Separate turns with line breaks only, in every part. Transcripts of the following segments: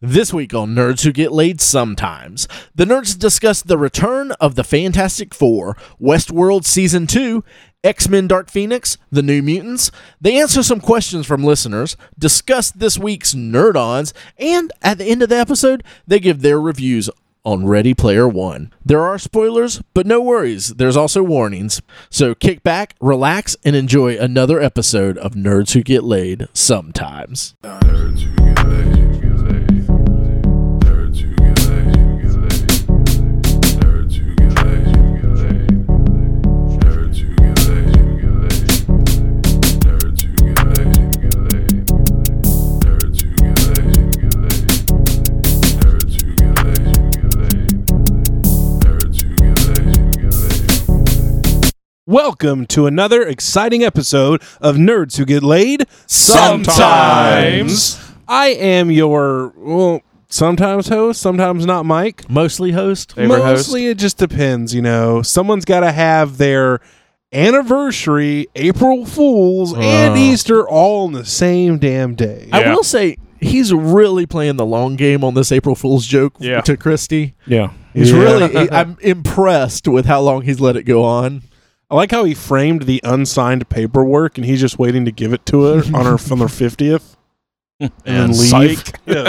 This week on Nerds Who Get Laid Sometimes, the nerds discuss the return of the Fantastic Four, Westworld Season 2, X Men Dark Phoenix, The New Mutants. They answer some questions from listeners, discuss this week's Nerd Ons, and at the end of the episode, they give their reviews on Ready Player One. There are spoilers, but no worries, there's also warnings. So kick back, relax, and enjoy another episode of Nerds Who Get Laid Sometimes.
Nerds who get laid, nerds who get laid, nerds who get laid, nerds who get laid, nerds who get laid, nerds who get laid, nerds who get laid, nerds who get laid.
Welcome to another exciting episode of Nerds Who Get Laid
Sometimes.
I am your well, sometimes host, sometimes not Mike.
mostly host.
Favorite host?
Mostly it just depends, you know. Someone's got to have their anniversary, April Fools, and Easter all on the same damn day.
I
Yeah.
will say he's really playing the long game on this April Fool's joke
Yeah.
to Christie.
Yeah.
He's
Yeah.
really. I'm impressed with how long he's let it go on.
I like how he framed the unsigned paperwork and he's just waiting to give it to her on her from her 50th.
And psych.
Yeah,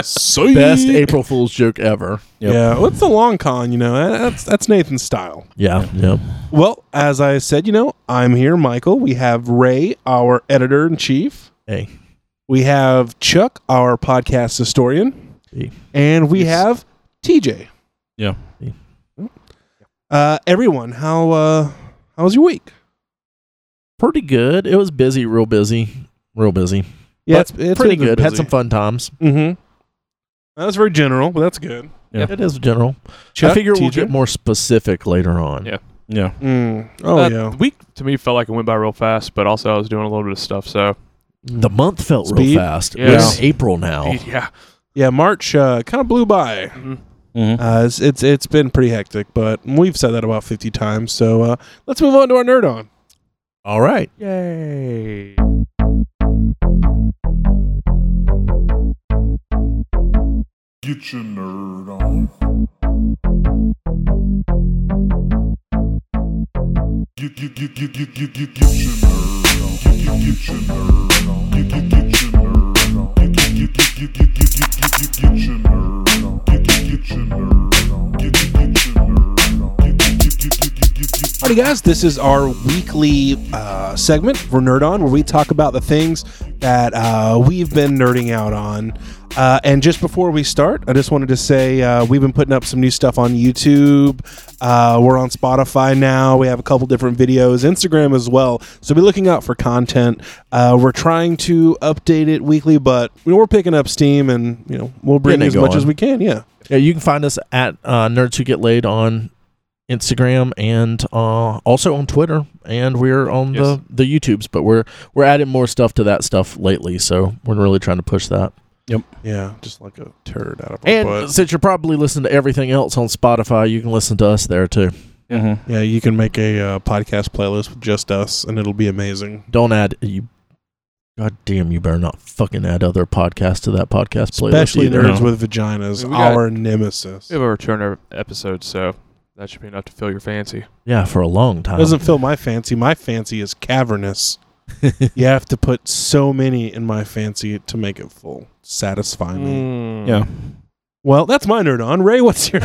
psych.
Best April Fool's joke ever.
Yeah, what's the long con? You know, That- that's that's Nathan's style.
Yeah. Yeah.
Well, as I said, you know, I'm here, Michael. We have Ray, our editor in chief.
Hey.
We have Chuck, our podcast historian,
Hey.
and we have TJ.
Yeah.
Uh, everyone, how uh, how was your week?
Pretty good. It was busy. Real busy. Real busy.
Yeah,
But
it's
Pretty good. Had some
fun.
fun times.
Mm-hmm. That was very general, but that's good.
Yeah.
It is general.
Chuck,
I figure
TJ?
we'll get more specific later on.
Yeah. Yeah.
Mm. Oh
Uh,
yeah.
The week to me felt like it went by real fast, but also I was doing a little bit of stuff. So,
The month felt real
Speed?
fast.
Yeah.
It's April
Oh.
now.
yeah.
Yeah, March uh, kind of blew by.
Mhm.
Uh, it's, it's it's been pretty hectic, but we've said that about fifty times. So uh, let's move on to our nerd on.
All right.
Yay.
Get your nerd on. Get, get, get, get, get, get, get, get your nerd on. Get, get, get your nerd on. Get, get, get your nerd on. Get, get, get, get, get, get, get, get, get, get your nerd on. Get, get, get your nerd on. Get, get, get your nerd on. Get, get, get, get, get, get, get, get,
Alrighty, guys, this is our weekly uh, segment for Nerd On, where we talk about the things that uh, we've been nerding out on. Uh, and just before we start, I just wanted to say uh, we've been putting up some new stuff on YouTube. Uh, we're on Spotify now. We have a couple different videos, Instagram as well. So be looking out for content. Uh, we're trying to update it weekly, but you know, we're picking up steam, and you know we'll bring
Getting
as
it
much
going.
as we can. Yeah.
Yeah, you can find us at uh, Nerds Who Get Laid on Instagram and uh, also on Twitter, and we're on
Yes.
the the YouTubes. But we're we're adding more stuff to that stuff lately, so we're really trying to push that.
Yeah, just like a turd out of a
And
butt.
since you're probably listening to everything else on Spotify, you can listen to us there too.
Mm-hmm.
Yeah, you can make a uh, podcast playlist with just us, and it'll be amazing.
Don't add you. God damn, you better not fucking add other podcasts to that podcast playlist.
Especially
either.
nerds with vaginas,
We got-
our nemesis.
We have a return of episode, so that should be enough to fill your fancy.
Yeah, for a long time.
Doesn't fill my fancy. My fancy is cavernous. you have to put so many in my fancy to make it full. Satisfy
Mm.
me.
Hmm.
Yeah.
Well, that's my nerd on. Ray, what's yours?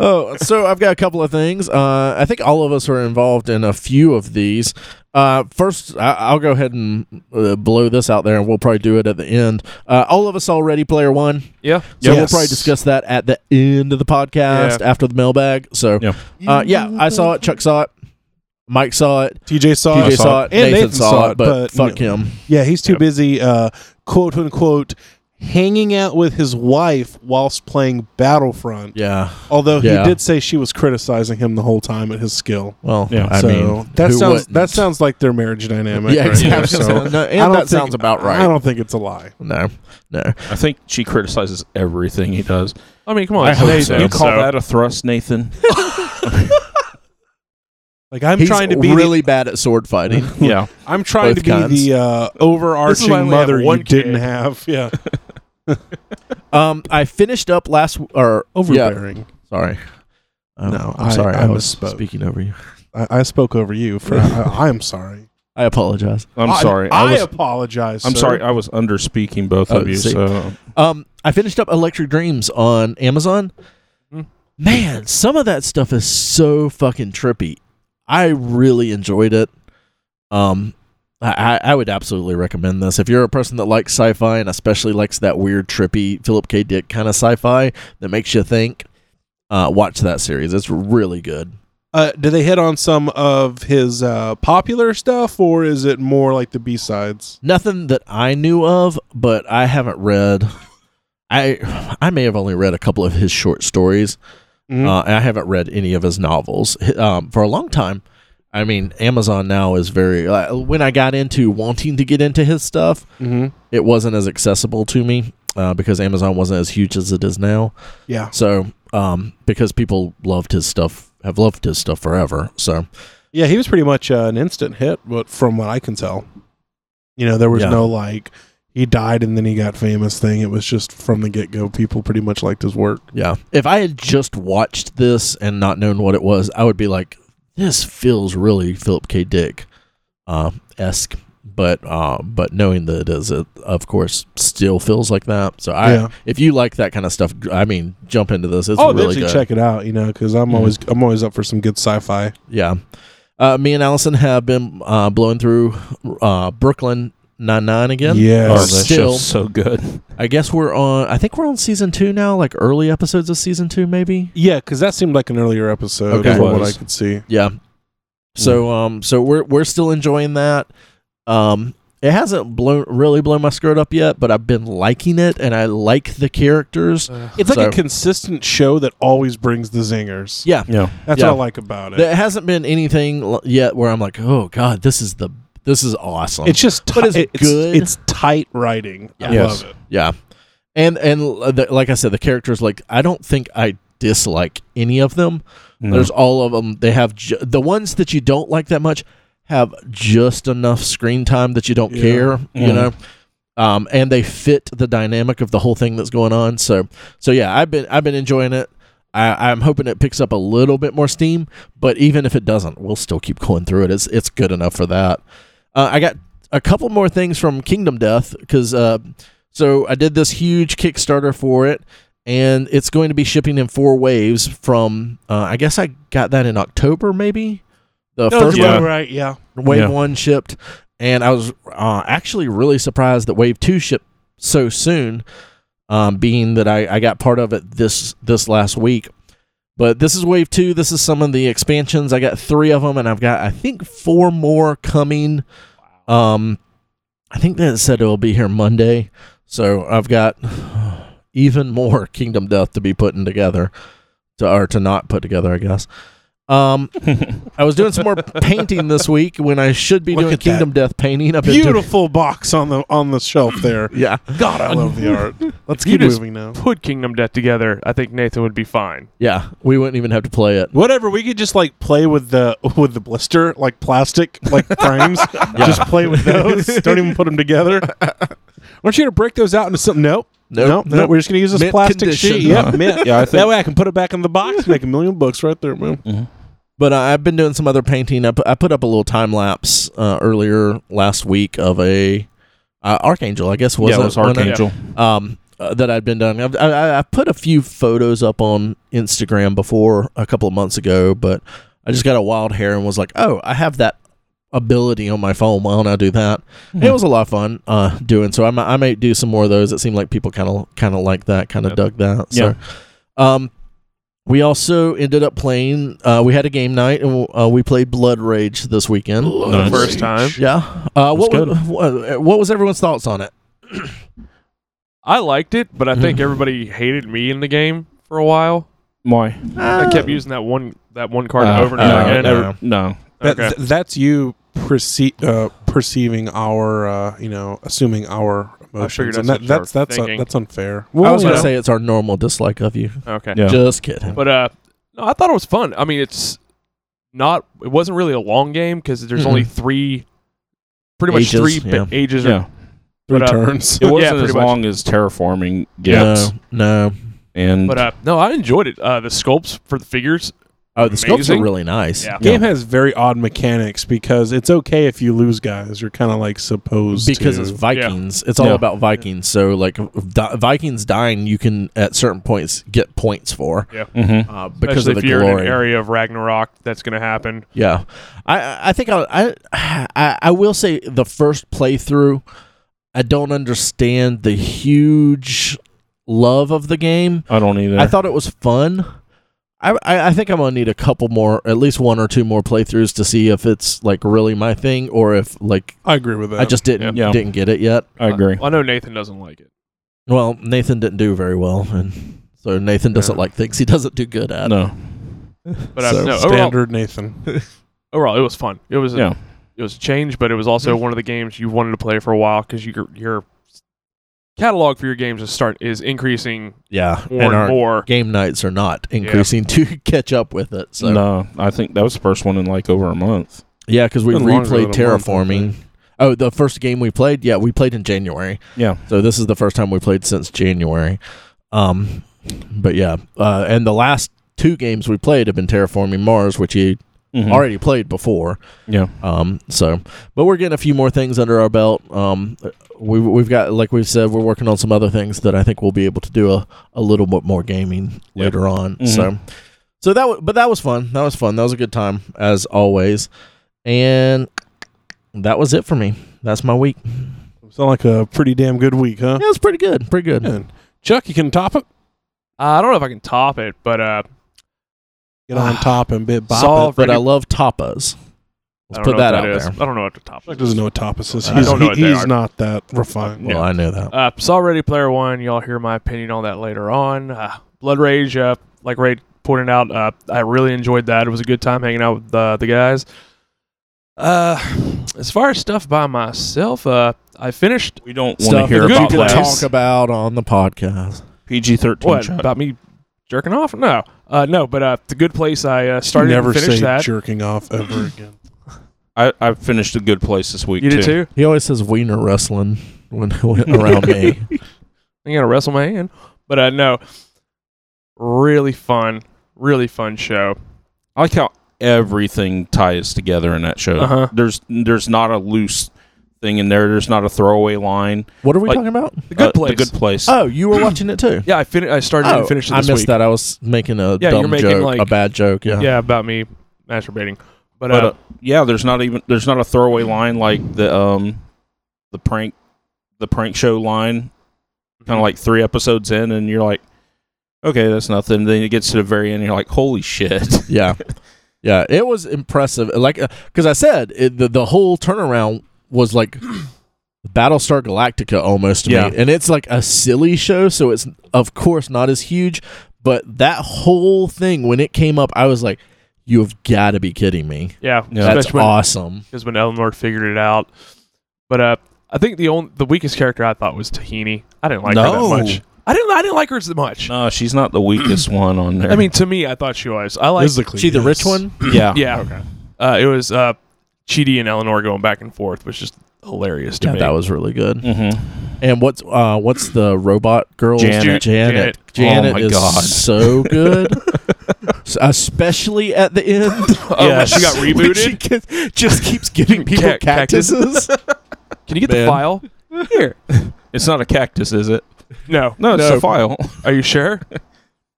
Oh, so I've got a couple of things. Uh, I think all of us are involved in a few of these. Uh, first, I- I'll go ahead and uh, blow this out there, and we'll probably do it at the end. Uh, all of us already player one,
Yeah.
so we'll
Yes.
probably discuss that at the end of the podcast after the mailbag. So,
Yeah.
uh, yeah, I saw it. Chuck saw it. Mike saw it.
TJ Oh, saw
TJ
it.
saw it. Nathan, saw, it, but,
you
fuck
know,
him.
Yeah, he's too
Yep.
busy, uh, quote unquote, hanging out with his wife whilst playing Battlefront.
Yeah.
Although
Yeah.
he did say she was criticizing him the whole time at his skill.
Well,
Yeah.
I
so
mean,
that
who
sounds
wouldn't?
that sounds like their marriage dynamic.
yeah,
right there,
exactly.
so
No,
I don't
and that
think-
sounds about right.
I don't think it's a lie.
no, no.
I think she criticizes everything he does.
I mean, come on.
I
it's
hope
Nathan,
You call
so-
that a thrust, Nathan?
Like I'm
He's
trying to be
really bad at sword fighting.
yeah.
the, I'm trying
both
to be
kinds.
the uh,
This is why
overarching
we have
mother you
one
didn't
kid.
have. Yeah.
Um, I finished up last or yeah,
Overbearing.
sorry. Um,
No,
I'm
I-
sorry.
I
I, was
misspoke.
speaking over you.
I, I spoke over you for. I, I am sorry.
I apologize.
I'm sorry.
I,
I, was.
apologize.
I'm
sir.
sorry. I was under speaking both
Oh,
of you.
see.
So uh,
Um, I finished up Electric Dreams on Amazon.
Hmm.
Mm. Man, some of that stuff is so fucking trippy. I really enjoyed it. Um, I, I I would absolutely recommend this if you're a person that likes sci-fi and especially likes that weird, trippy Philip K. Dick kind of sci-fi that makes you think. Uh, watch that series; it's really good.
Uh, do they hit on some of his uh, popular stuff, or is it more like the B sides?
Nothing that I knew of, but I haven't read. I I may have only read a couple of his short stories, Uh, and I haven't read any of his novels H- um, for a long time. I mean, Amazon now is very. Uh, when I got into wanting to get into his stuff,
mm-hmm.
it wasn't as accessible to me uh, because Amazon wasn't as huge as it is now.
Yeah,
So, um, because people loved his stuff, have loved his stuff forever. So,
yeah, he was pretty much uh, an instant hit, but from what I can tell, you know, there was
Yeah.
no like he died and then he got famous thing. It was just from the get go. People pretty much liked his work.
Yeah. If I had just watched this and not known what it was, I would be like, this feels really Philip K. Dick uh, esque. But uh, but knowing that it is, it of course still feels like that. So I,
Yeah.
if you like that kind of stuff, I mean, jump into this. It's
oh,
really
eventually
good.
check it out, you know, because I'm
Mhm.
always I'm always up for some good sci-fi.
Yeah. Uh, me and Allison have been uh, blowing through uh, Brooklyn Nine Nine again.
oh, that
Yes.
Alright. Still-
show's so good.
I guess we're on. I think we're on season two now, like early episodes of season two, maybe.
Yeah, because that seemed like an earlier episode
Okay.
from what I
Was.
could see.
Yeah. So um so we're we're still enjoying that. Um it hasn't blown really blown my skirt up yet, but I've been liking it and I like the characters.
It's like a
So-
consistent show that always brings the zingers.
Yeah.
Yeah.
That's
Yeah.
what I like about it.
There hasn't been anything l- yet where I'm like, "Oh god, this is the this is awesome."
It's just tight.
But is it
it's,
good?
It's tight writing. I
Yes.
love it.
yeah. And and l- the, like I said the characters like I don't think I dislike any of them.
No.
There's all of them. They have ju- the ones that you don't like that much have just enough screen time that you don't
Yeah.
care, you
Mhm.
know. Um, and they fit the dynamic of the whole thing that's going on. So, so yeah, I've been I've been enjoying it. I, I'm hoping it picks up a little bit more steam, but even if it doesn't, we'll still keep going through it. It's it's good enough for that. Uh, I got a couple more things from Kingdom Death because uh, so I did this huge Kickstarter for it, and it's going to be shipping in four waves from. Uh, I guess I got that in October, maybe. The
No,
first
it's about
one.
right. Yeah.
wave
Yeah.
one shipped, and I was uh, actually really surprised that wave two shipped so soon, um, being that I, I got part of it this this last week. But this is wave two. This is some of the expansions. I got three of them, and I've got I think four more coming. Um, I think that said it'll be here Monday, so I've got even more Kingdom Death to be putting together, to or to not put together, I guess. Um, I was doing some more painting this week when I should be
Look
doing
at
Kingdom Death painting. I've been doing-
Beautiful box on the on the shelf there.
yeah,
God, I love the art. Let's
You
keep
just-
moving now.
Put Kingdom Death together. I think Nathan would be fine.
yeah. We wouldn't even have to play it.
Whatever, we could just like play with the with the blister, like plastic, like frames. Just play with those. Don't even put them together. Aren't you gonna break those out into something? Nope.
Nope,
nope, nope.
nope.
We're just gonna use this
Mint
plastic
condition.
sheet. Yeah, mint.
Yeah, I
That
think. Mm-hmm.
way I can put it back in the box. Make a million bucks right there, man.
But uh, I've been doing some other painting. I put, I put up a little time lapse uh, earlier last week of a uh, archangel. I guess was
yeah, it was
wasn't
Archangel.
um, uh, that I'd been done. I've, I, I- I put a few photos up on Instagram before a couple of months ago, but I just got a wild hair and was like, oh, I have that ability on my phone. Why don't I do that?
Mm-hmm.
And
Hmm.
It was a lot of fun uh, doing. So I might, I might do some more of those. It seemed like people kind of kind of like that, kind of
Yep.
dug that. So, um, we also ended up playing. Uh, we had a game night and uh, we played Blood Rage this weekend.
Nice.
First time.
Yeah. Uh, what,
That's
was, what what was everyone's thoughts on it?
I liked it, but I
Mm-hmm.
think everybody hated me in the game for a while.
Why?
I kept using that one that one card
Uh,
over and
no,
over again.
never- no.
That,
Okay.
th- that's you perce- uh, perceiving our, uh, you know, assuming our emotions,
figured
and
that's
that,
what you
that's
were
that's uh,
thinking.
that's unfair.
I
Well,
was
you
going
know,
to say it's our normal dislike of you.
Okay.
Yeah.
Just kidding.
But uh, no, I thought it was fun. I mean, it's not. It wasn't really a long game because there's only
Mhm.
three, pretty much
Ages,
three ba-
yeah.
ages
Yeah.
Three
But, uh,
turns.
It wasn't
pretty
as
much.
long as terraforming gets,
No, no.
and
But uh, no, I enjoyed it. Uh, the sculpts for the figures.
Oh, the sculpts are
Amazing.
really nice.
Yeah.
game has very odd mechanics because it's okay if you lose guys. You're kind of like supposed
because
to.
it's Vikings. It's all
Yeah.
about Vikings. So like di- Vikings dying, you can at certain points get points for
mhm.
uh, because
especially
of the
if you're
glory.
in an area of Ragnarok, that's going to happen.
Yeah, I- I I think I I I will say the first playthrough, I don't understand the huge love of the game.
I don't either.
I thought it was fun. I, I I think I'm gonna need a couple more, at least one or two more playthroughs to see if it's like really my thing or if like
I agree with that.
I just didn't
Yeah.
didn't get it yet.
I agree.
Uh, I, I know Nathan doesn't like it.
Well, Nathan didn't do very well, and so Nathan doesn't like things he doesn't do good at.
No,
But uh,
So,
no, overall,
standard Nathan.
overall, it was fun. It was a,
Yeah.
it was a change, but it was also
Mm-hmm.
one of the games you wanted to play for a while because your your catalog for your games is start is increasing
Yeah,
more
and
and,
our
more.
game nights are not increasing to catch up with it. So
no. I think that was the first one in like over a month.
yeah, because we
Been longer
replayed
than a month, I
terraforming.
think.
Oh, the first game we played, yeah, we played in January.
Yeah.
So this is the first time we played since January. Um, but yeah, uh, and the last two games we played have been terraforming Mars, which he
Mhm.
already played before.
Yeah.
Um. So, but we're getting a few more things under our belt. Um. We we've got like we said, we're working on some other things that I think we'll be able to do a, a little bit more gaming
Yeah.
later on.
Mhm.
So, so that wa- but that was fun. That was fun. That was a good time as always, and that was it for me. That's my week.
Sound like a pretty damn good week, huh?
Yeah, it was pretty good. Pretty good.
Man. Chuck, you can top it.
Uh, I don't know if I can top it, but uh,
Get on top and bit bop
Saw
it.
But
Pretty-
I love tapas.
I
Let's
don't
put
know
that,
what
out
is.
there.
I don't know what the top.
Chuck
is.
doesn't know what tapas is.
I
He's,
don't know
he-
what they
he's
are.
not that refined.
Well, I know that.
Uh, saw Ready Player One. Y'all hear my opinion on that later on. Uh, Blood Rage, uh, like Ray pointed out, uh, I really enjoyed that. It was a good time hanging out with uh, the guys. Uh, as far as stuff by myself, uh, I finished
We don't want to
Stuff
hear
that
good
about
we can
that.
talk
that.
about on the podcast.
PG thirteen.
what about me jerking off? No, uh, no, but uh, the good place I uh, started
Never
and finished
say
that.
jerking off ever again.
I, I finished a good place this week.
you did too.
He always says wiener wrestling when around me.
I'm gonna wrestle my hand, but uh, no, really fun, really fun show.
I like how everything ties together in that show.
Uh-huh.
There's there's not a loose thing in there. There's not a throwaway line.
What are we
Like-
talking about?
The good
Uh,
place.
The good place.
Oh, you were watching it too.
yeah, I fin- I started
Oh,
and finished it
I
this
missed
week.
that. I was making a
Yeah, you're
dumb
making,
joke,
like-
a bad joke. Yeah.
Yeah. about me masturbating. But,
but
uh,
uh, yeah, there's not even there's not a throwaway line like the um the prank the prank show line. Kind of like three episodes in, and you're like, okay, that's nothing. Then it gets to the very end, and you're like, holy shit.
yeah, yeah. It was impressive. Like, because I said it, the the whole turnaround was like Battlestar Galactica almost to
Yeah.
me, and it's like a silly show, so it's of course not as huge. But that whole thing when it came up, I was like, "You have got to be kidding me!
yeah,
Yeah.
That's
especially when,
awesome."
because when Eleanor figured it out. But uh, I think the only the weakest character I thought was Tahini. I didn't like
No.
her that much. I didn't I didn't like her as much.
no, she's not the weakest one on there.
I mean, to me, I thought she was. I like
Physically,
She the
yes.
rich one?
yeah,
yeah. Uh, it was uh, Chidi and Eleanor going back and forth, which is hilarious to
Yeah,
me.
that was really good.
Mm-hmm.
And what's uh what's the robot girl? Janet.
Janet.
Janet.
Janet
Oh my
is
God.
so good. S- Especially at the end.
Oh, when she got
When she
rebooted.
gets- just keeps giving people
Cac- cactus.
cactuses.
Can you get
Man.
the file? Here.
It's not a cactus, is it?
No.
No, it's
no.
a file.
Are you sure?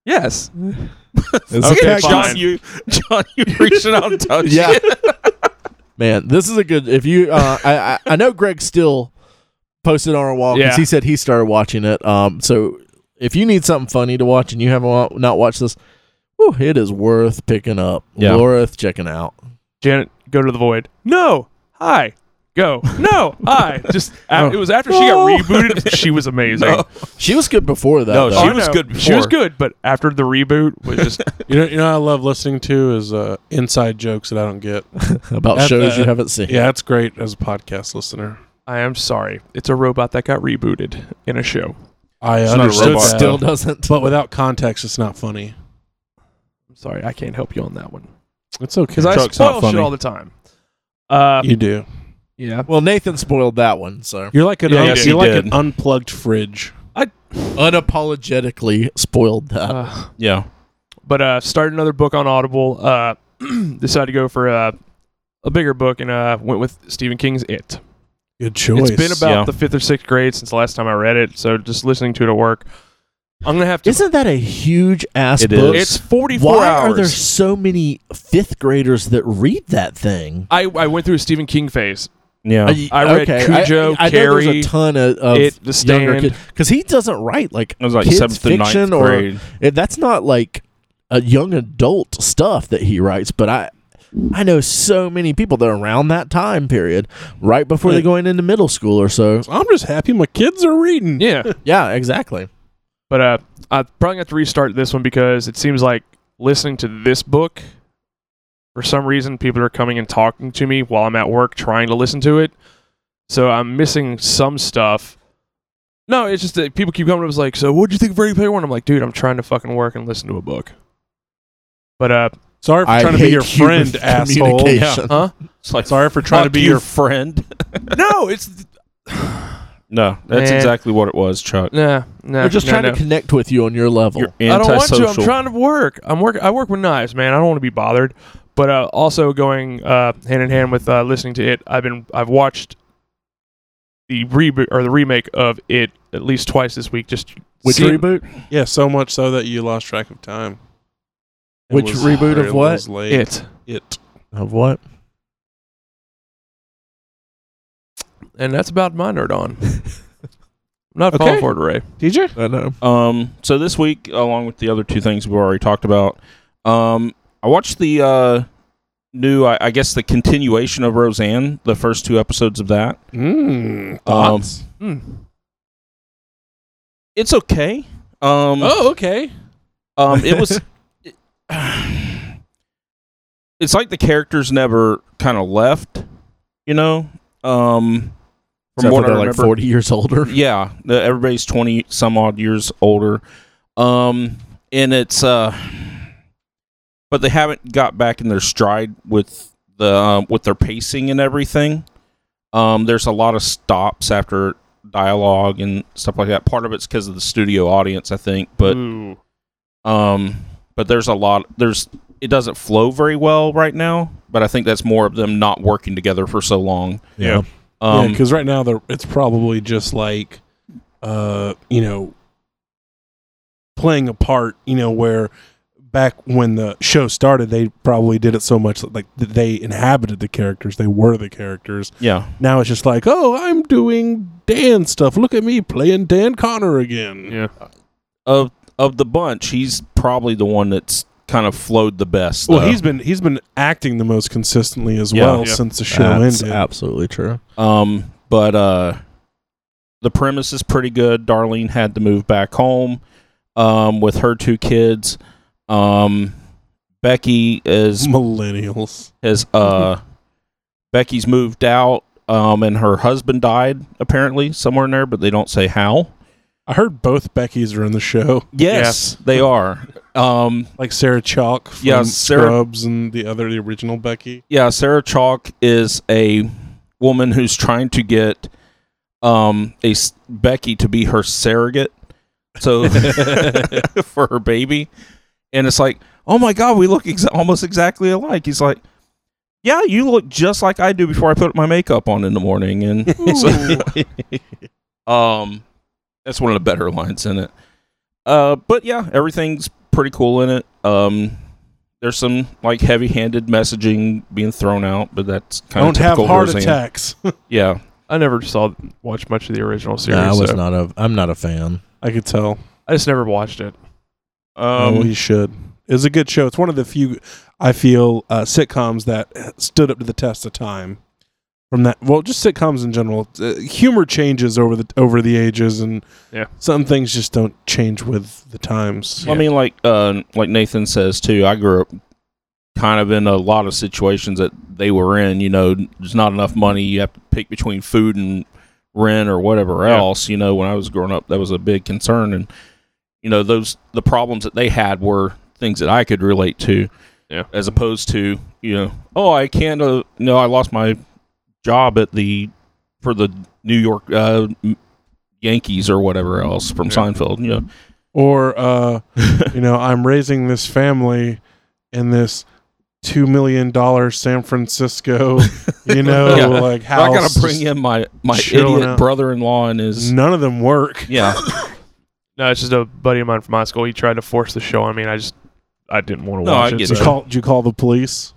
yes.
It's
Okay,
okay,
fine.
John, you, John, you reaching out and touching.
yeah. Man, this is a good if you uh I I, I know Greg still posted on our wall because
Yeah.
he said he started watching it. Um so if you need something funny to watch and you haven't wa- not watched this, whew, it is worth picking up.
Yeah.
Worth checking out.
Janet, go to the void. No. Hi. Go. No. Hi. Just a-
No.
it was after she
Oh. No.
got rebooted. She was amazing.
No.
She was good before that.
No,
though.
she
I
was
know.
good
She was
before.
good, but after the reboot was just
You know, you know, what I love listening to is uh, inside jokes that I don't get.
about
At
shows
the-
you haven't seen.
Yeah, that's great as a podcast listener.
I am sorry. It's a robot that got rebooted in a show.
I
It's not a
understood
robot.
that,
still doesn't.
but without context, it's not funny.
I'm sorry, I can't help you on that one.
It's okay.
Because I
Chuck's not
spoil shit
funny.
all the time. Uh,
you do.
Yeah.
Well, Nathan spoiled that one, so
You're like an
Yeah,
un-
yes,
he
you're like
did.
an unplugged fridge.
unapologetically spoiled that.
Uh,
Yeah.
but uh started another book on audible uh decided to go for uh, a bigger book and uh went with stephen king's it
Good choice.
it's been about
Yeah.
the fifth or sixth grade since the last time i read it so just listening to it at work i'm gonna have to
Isn't that a huge ass
It
book?
is.
it's 44
Why
hours
are there so many fifth graders that read that thing?
I, I went through a stephen king phase
Yeah.
Uh,
I read Cujo,
I, I know there's
Carrie,
a ton of, of
It, The Stand.
because he doesn't write like
it was like
kids
seventh and
fiction
ninth
or
grade.
eh, that's not like a young adult stuff that he writes. But I I know so many people that are around that time period, right before they're
Right.
going into middle school or so.
I'm just happy my kids are reading.
yeah
Yeah, exactly.
But uh, I probably have to restart this one because it seems like listening to this book, for some reason, people are coming and talking to me while I'm at work trying to listen to it. So I'm missing some stuff. No, it's just that people keep coming up and like, so what'd you think of Ready Player One? I'm like, dude, I'm trying to fucking work and listen to a book. But uh,
Sorry for
I
trying to be
hate
your
human
friend, asshole.
communication.
huh?
It's like
Sorry for trying to
fuck
be
you,
your.
friend.
no, it's
No, that's
Man.
exactly what it was, Chuck.
nah, nah.
They're just
no,
trying
no.
to connect with you on your level.
You're
I don't want to. I'm
antisocial.
trying to work. I'm work. I work with knives, man. I don't want to be bothered. But uh, also going uh, hand in hand with uh, listening to it, I've been I've watched the reboot or the remake of it at least twice this week. Just
Which
seeing-
reboot?
Yeah, so much so that you lost track of time. It
Which
was-
reboot of
it
what?
was late.
it
It.
Of what?
and that's about my nerd on. I'm not falling
Okay.
for it, Ray.
DJ?
I know.
Um, so this week, along with the other two things we've already talked about, um, I watched the uh, new, I, I guess, the continuation of Roseanne, the first two episodes of that.
Mmm.
Um,
Hmm.
it's okay. Um,
oh, okay.
um, it was. it- it's like the characters never kind of left, you know. Um, from
Except
what
for
I
they're like
remember-
40 years older.
Yeah, the, everybody's twenty some odd years older, um, and it's uh, but they haven't got back in their stride with the um, with their pacing and everything. Um, there's a lot of stops after dialogue and stuff like that. Part of it's because of the studio audience, I think, but
Ooh.
um, but there's a lot. There's it doesn't flow very well right now. But I think that's more of them not working together for so long.
Yeah.
Um,
because right now they're, it's probably just like, uh, you know, playing a part. You know, where back when the show started, they probably did it so much that, like that they inhabited the characters, they were the characters.
yeah.
Now it's just like, oh, I'm doing Dan stuff. Look at me playing Dan Connor again.
Yeah.
Of of the bunch, he's probably the one that's kind of flowed the best.
Well,
though.
he's been he's been acting the most consistently as
Yeah.
well
Yeah.
since the show
That's
ended.
absolutely true.
um, but uh, the premise is pretty good. Darlene had to move back home, um, with her two kids. Um, Becky is
Millennials.
has uh Becky's moved out um and her husband died apparently somewhere in there but they don't say how.
I heard both Beckys are in the show,
Yes, they are. Um
like Sarah Chalk from
Yeah, Sarah-
Scrubs and the other the original Becky.
yeah, Sarah Chalk is a woman who's trying to get um a s- Becky to be her surrogate so for her baby and it's like, "Oh my god, we look ex- almost exactly alike." He's like, "Yeah, you look just like I do before I put my makeup on in the morning." And so- Um, that's one of the better lines in it. Uh, but yeah, everything's pretty cool in it. Um, there's some like heavy-handed messaging being thrown out, but that's kind
Don't
of
have
typical
heart
Roseanne.
attacks.
Yeah,
I never saw watch much of the original series.
I was
so
not a. I'm not a fan.
I could tell.
I just never watched it.
um,
oh, he should. It's a good show. It's one of the few I feel uh, sitcoms that stood up to the test of time. From that, well, just sitcoms in general. Uh, humor changes over the over the ages, and
Yeah.
some things just don't change with the times.
I mean, like uh, like Nathan says too. I grew up kind of in a lot of situations that they were in. You know, there's not enough money. You have to pick between food and rent or whatever
Yeah.
else. You know, when I was growing up, that was a big concern, and you know those the problems that they had were things that I could relate to.
Yeah.
As opposed to you know, oh, I can't. Uh, no, I lost my job at the for the New York uh, M- Yankees or whatever else from Seinfeld. You know,
Or, uh, you know, I'm raising this family in this $2 million San Francisco, you know,
Yeah.
like
But I
house.
gotta bring in my my
chilling
idiot
out. Mm.
brother-in-law and his
None of them work.
yeah.
No, it's just a buddy of mine from high school. He tried to force the show on me, and I just I didn't want to
No,
watch
I
it.
get
so-
Did you call, did you call the police?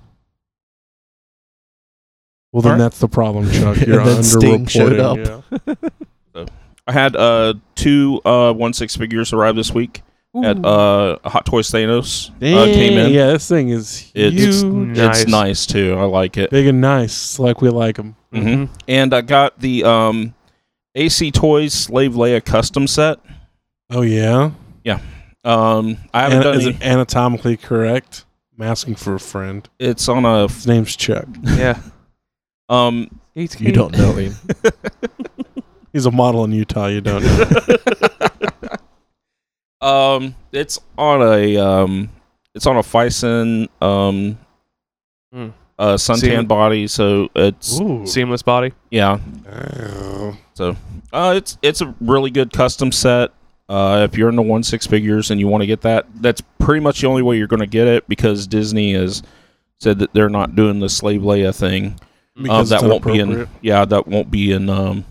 Well, then
Alright.
that's the problem, Chuck.
And
You're
then Sting
underreporting.
showed up.
yeah.
I had uh two uh one six figures arrive this week at uh Hot Toys Thanos. Uh, came in.
Yeah, this thing is
It's-
huge.
Mm,
It's nice too. I like it.
Big and nice, like we like them.
hmm And I got the um AC Toys Slave Leia custom set.
Oh, yeah.
Um I haven't
Ana-
done
is
any,
it anatomically correct? I'm asking for a friend.
it's on a f-
His name's Chuck.
Mm-hmm. Yeah.
um
You don't know him.
He's a model in Utah. You don't know.
um it's on a um it's on a Fison um
Hmm.
uh suntan
Seaman.
body, so it's
Ooh.
Seamless body.
yeah.
Oh.
Um, Uh it's it's a really good custom set. Uh, if you're into one six figures and you want to get that, that's pretty much the only way you're going to get it because Disney has said that they're not doing the slave Leia thing. Um,
Because
that
it's
won't be in
inappropriate.
yeah that won't be in um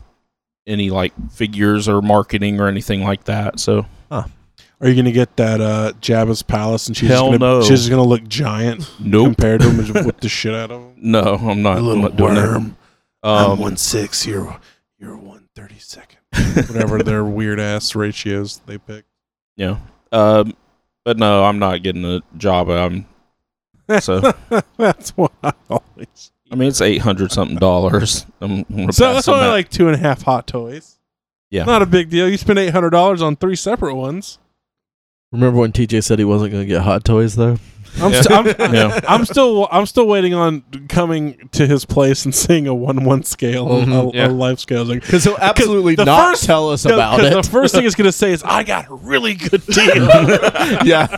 any like figures or marketing or anything like that so
Are you gonna get that uh, Jabba's palace? And she's just
Hell
gonna,
no.
she's just gonna look giant
nope
compared to him and just whip the shit out of him.
no i'm not,
A
I'm
little
not doing that
worm. I'm
um,
one six. You're you're one thirty second. Whatever their weird ass ratios they pick.
yeah um but no i'm not getting a job i'm so
that's what I always.
i mean it's 800 something dollars i'm, I'm gonna
So
pass
that's
on
only
that.
like two and a half hot toys.
Yeah.
not a big deal. You spend eight hundred dollars on three separate ones.
Remember when TJ said he wasn't going to get hot toys though?
I'm,
Yeah.
st- I'm,
Yeah.
I'm still I'm still waiting on coming to his place and seeing a one one scale, a- a,
Mhm.
a
Yeah.
life scale. Like,
Because he'll absolutely
the
not
first-
tell us
No,
about it.
'cause The first thing it's gonna say is, "I got a really good deal."
yeah.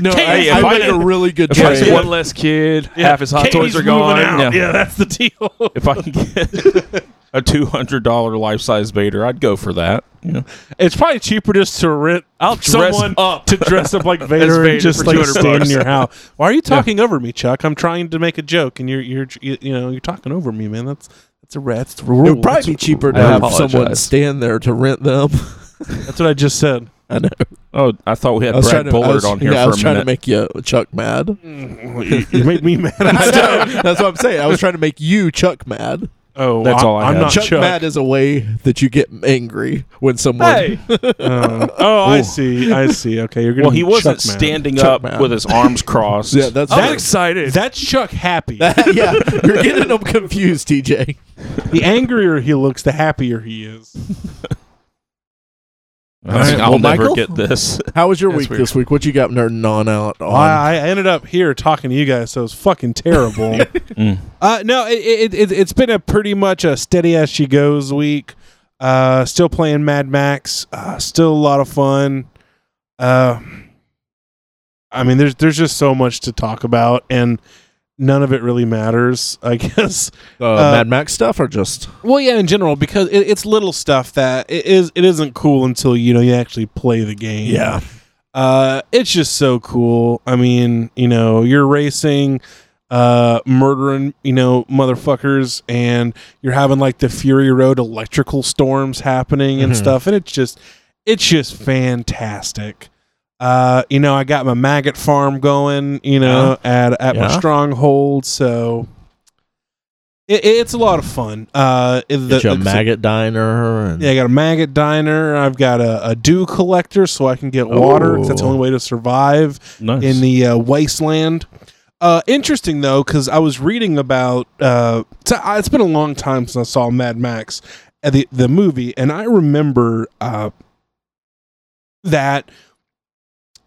no,
Hey,
I,
if
I
I
made a
did-
really good
if I
trade.
did-
one less kid. Half his hot
Katie's
toys are
moving
gone.
out.
Yeah.
Yeah. that's the deal.
if i can get a $200 life-size vader i'd go for that you know
It's probably cheaper just to rent out
Dress
someone
up.
to dress up like Vader,
Vader
and just
for
like
200
stand in
bucks.
your house. Why are you talking over me, Chuck? I'm trying to make a joke, and you're you're you, you know you're talking over me, man. That's that's a rat. That's the rule.
It would
That's,
probably be cheaper to
I
have
apologize.
someone stand there to rent them.
that's what I just said.
I know.
oh i thought we had
I was trying
brad
to, I
bullard
was,
on here
yeah, I
for
was
a
trying to
minute
make you Chuck mad.
you, you made me mad.
I know. That's what I'm saying. I was trying to make you Chuck mad.
oh,
That's
I'm,
all I
I'm
had.
not
Chuck,
Chuck.
mad is a way that you get angry when someone.
Uh, oh, I
Ooh.
see. I see. Okay, you're gonna.
well he
be
wasn't
Chuck mad.
standing
Chuck
up
mad.
with his arms crossed
Yeah, that's
I'm
that,
excited.
That's Chuck happy.
yeah. You're getting them confused, TJ.
the angrier he looks, the happier he is.
I mean,
Alright,
i'll
well,
never
Michael?
get this
How was your
That's
week
weird.
this week? What you got nerding on out on?
I, I ended up here talking to you guys, so it's fucking terrible.
Mm.
Uh, no, it, it, it, it's been a pretty much a steady as she goes week. Uh, still playing Mad Max. Uh, still a lot of fun. Uh, I mean, there's there's just so much to talk about, and none of it really matters, I guess.
uh,
uh,
Mad Max stuff or just
Well, yeah, in general, because it, it's little stuff that it is it isn't cool until you know you actually play the game. Uh, it's just so cool. I mean, you know, you're racing, uh, murdering, you know, motherfuckers, and you're having like the Fury Road electrical storms happening and
Mhm.
stuff, and it's just, it's just fantastic. Uh, you know, I got my maggot farm going, you know, at at my
Yeah.
stronghold, so it, it's a lot of fun. Uh, the,
get you a
the-
maggot diner and
yeah, I got a maggot diner. I've got a, a dew collector so I can get water. 'cause That's the
Ooh.
only way to survive
nice
in the uh, wasteland. Uh, interesting though, because I was reading about. Uh, t- I- it's been a long time since I saw Mad Max, uh, the the movie, and I remember uh, that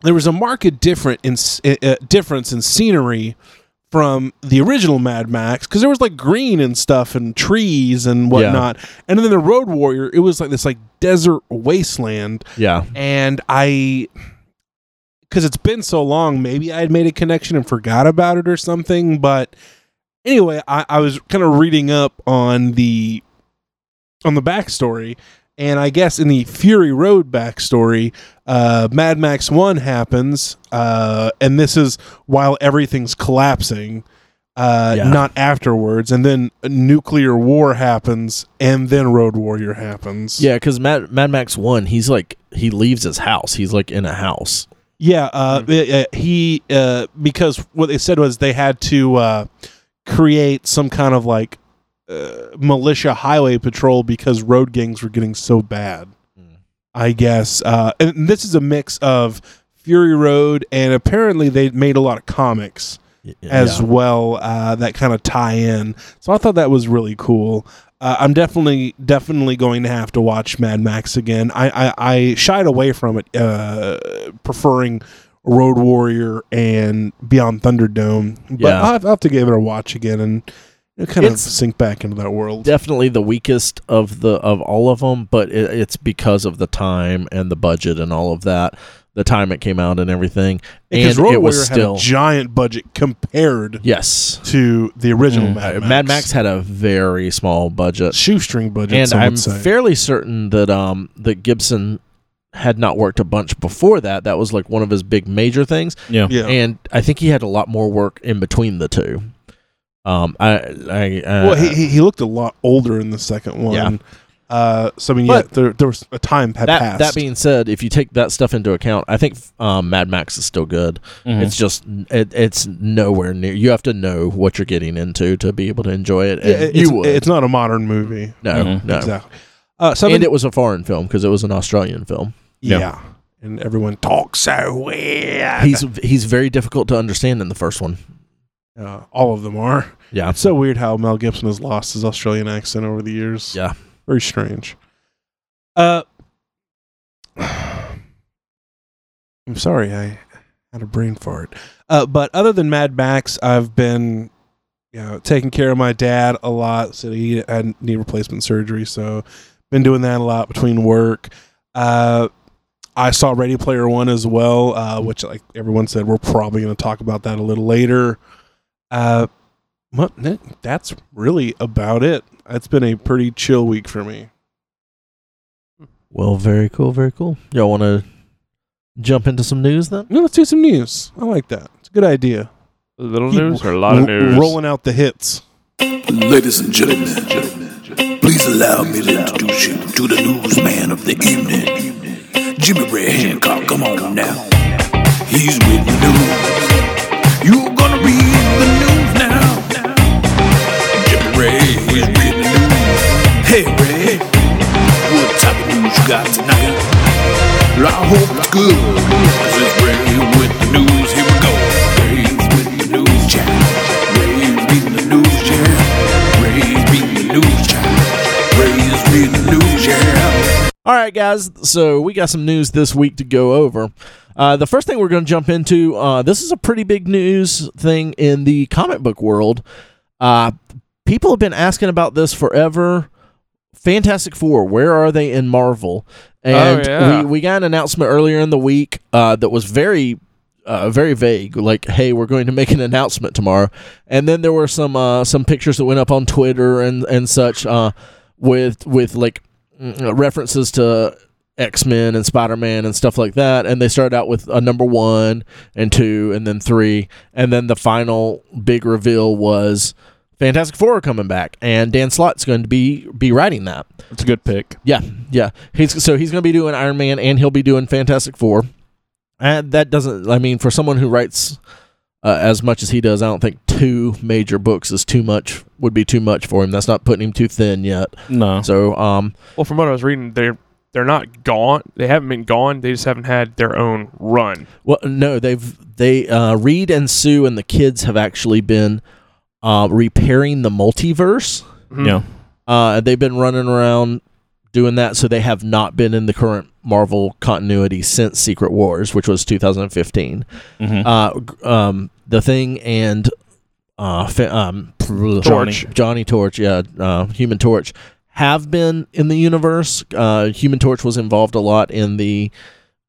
there was a marked different in s- uh, uh, difference in scenery from the original Mad Max because there was like green and stuff and trees and whatnot, and then the Road Warrior, it was like this like desert wasteland
yeah.
and I because it's been so long, maybe I had made a connection and forgot about it or something, but anyway, I, I was kind of reading up on the on the backstory, and I guess in the Fury Road backstory, uh, Mad Max One happens, uh, and this is while everything's collapsing. Uh,
Yeah.
Not afterwards, and then a nuclear war happens, and then Road Warrior happens.
Yeah, because Mad, Mad Max One, he's like he leaves his house. He's like in a house.
Yeah, uh, uh, he uh, because what they said was they had to uh, create some kind of like uh, militia highway patrol because road gangs were getting so bad.
Mm.
I guess, uh, and this is a mix of Fury Road and apparently they made a lot of comics
Y-
as
yeah.
well uh, that kind of tie in. So I thought that was really cool. Uh, I'm definitely definitely going to have to watch Mad Max again. I I, I shied away from it, uh, preferring Road Warrior and Beyond Thunderdome. But
Yeah.
I'll, have, I'll have to give it a watch again and you know, kind
It's-
of sink back into that world.
definitely the weakest of the of all of them, but it, it's because of the time and the budget and all of that. The time it came out and everything,
because
and
Road
it
Warrior
was
had
still
a giant budget compared
yes. Uh,
to the original
Mm.
Mad Max.
Mad Max had a very small budget.
shoestring budget,
and
some would
I'm
say.
fairly certain that um that Gibson had not worked a bunch before that. That was like one of his big major things,
Yeah.
yeah.
and I think he had a lot more work in between the two. Um, I, I, uh,
Well, he- he, he looked a lot older in the second one.
Yeah.
Uh, so I mean, yeah,
But-
there, there was a time had
that
passed.
that being said, if you take that stuff into account, I think um, Mad Max is still good.
Mhm.
It's just it, it's nowhere near. You have to know what you're getting into to be able to enjoy it, and
Yeah, it- it's,
you would.
it's not a modern movie.
no,
Mhm.
no.
Exactly. Uh, so I
And
mean-
it was a foreign film because it was an Australian film.
yeah.
Yeah.
and everyone talks so weird.
He's he's very difficult to understand in the first one.
Uh, all of them are.
Yeah.
It's so weird how Mel Gibson has lost his Australian accent over the years.
Yeah.
very strange. Uh, I'm sorry, I had a brain fart. Uh, but other than Mad Max, I've been, you know, taking care of my dad a lot. So he had knee replacement surgery, so been doing that a lot between work. Uh, I saw Ready Player One as well, uh, which like everyone said, we're probably going to talk about that a little later. Uh, well, th- that's really about it. It's been a pretty chill week for me.
Well, very cool, very cool. Y'all want to jump into some news then?
No, let's do some news. I like that. It's a good idea.
Little news or a lot of
R-
news?
Rolling out the hits.
Ladies and gentlemen, please allow me to introduce you to the newsman of the evening, Jimmy Ray Hancock. Come on now, he's with the news. You're gonna read the news now. Jimmy Ray, he's reading the news. Hey Ray, what type of news you got tonight? Well, I hope it's good. This is Ray with the news. Here we go. Ray's with the news jam. Ray's beating the news jam. Ray's beating the news jam. Ray's beating the news jam.
All right, guys. So we got some news this week to go over. Uh, the first thing we're going to jump into uh, this is a pretty big news thing in the comic book world. Uh, people have been asking about this forever. Fantastic Four, where are they in Marvel? And
yeah.
we, we got an announcement earlier in the week uh, that was very, uh, very vague. Like, hey, we're going to make an announcement tomorrow. And then there were some uh, some pictures that went up on Twitter and and such uh, with with like mm, references to X Men and Spider Man and stuff like that. And they started out with a number one and two and then three. And then the final big reveal was Fantastic Four are coming back. And Dan Slott's going to be be writing that.
It's a good pick.
Yeah, yeah. He's so he's going to be doing Iron Man and he'll be doing Fantastic Four. And that doesn't. I mean, for someone who writes uh, as much as he does, I don't think two major books is too much. Would be too much for him. That's not putting him too thin yet.
No.
So, um,
Well, from what I was reading, they're they're not gone. They haven't been gone. They just haven't had their own run.
well, no, they've they uh, Reed and Sue and the kids have actually been uh, repairing the multiverse.
Mhm.
Mm-hmm.
Yeah.
Uh, they've been running around doing that, so they have not been in the current Marvel continuity since Secret Wars, which was 2015.
Mhm.
Uh, g- um, the Thing and uh, fa- um, Johnny
Torch.
Johnny Torch, yeah, uh, Human Torch have been in the universe. Uh, Human Torch was involved a lot in the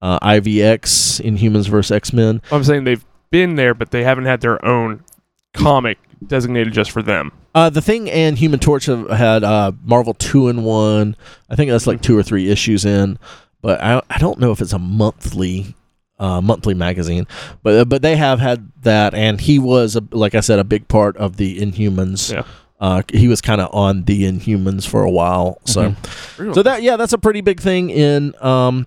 uh, IVX in Humans vs X Men.
I'm saying they've been there, but they haven't had their own comic designated just for them.
Uh, the thing and Human Torch have had uh, Marvel two in one. I think that's like two or three issues in, but I, I don't know if it's a monthly uh, monthly magazine. But uh, but they have had that, and he was a, like I said, a big part of the Inhumans.
Yeah.
Uh, he was kind of on the Inhumans for a while, so so that yeah, that's a pretty big thing in um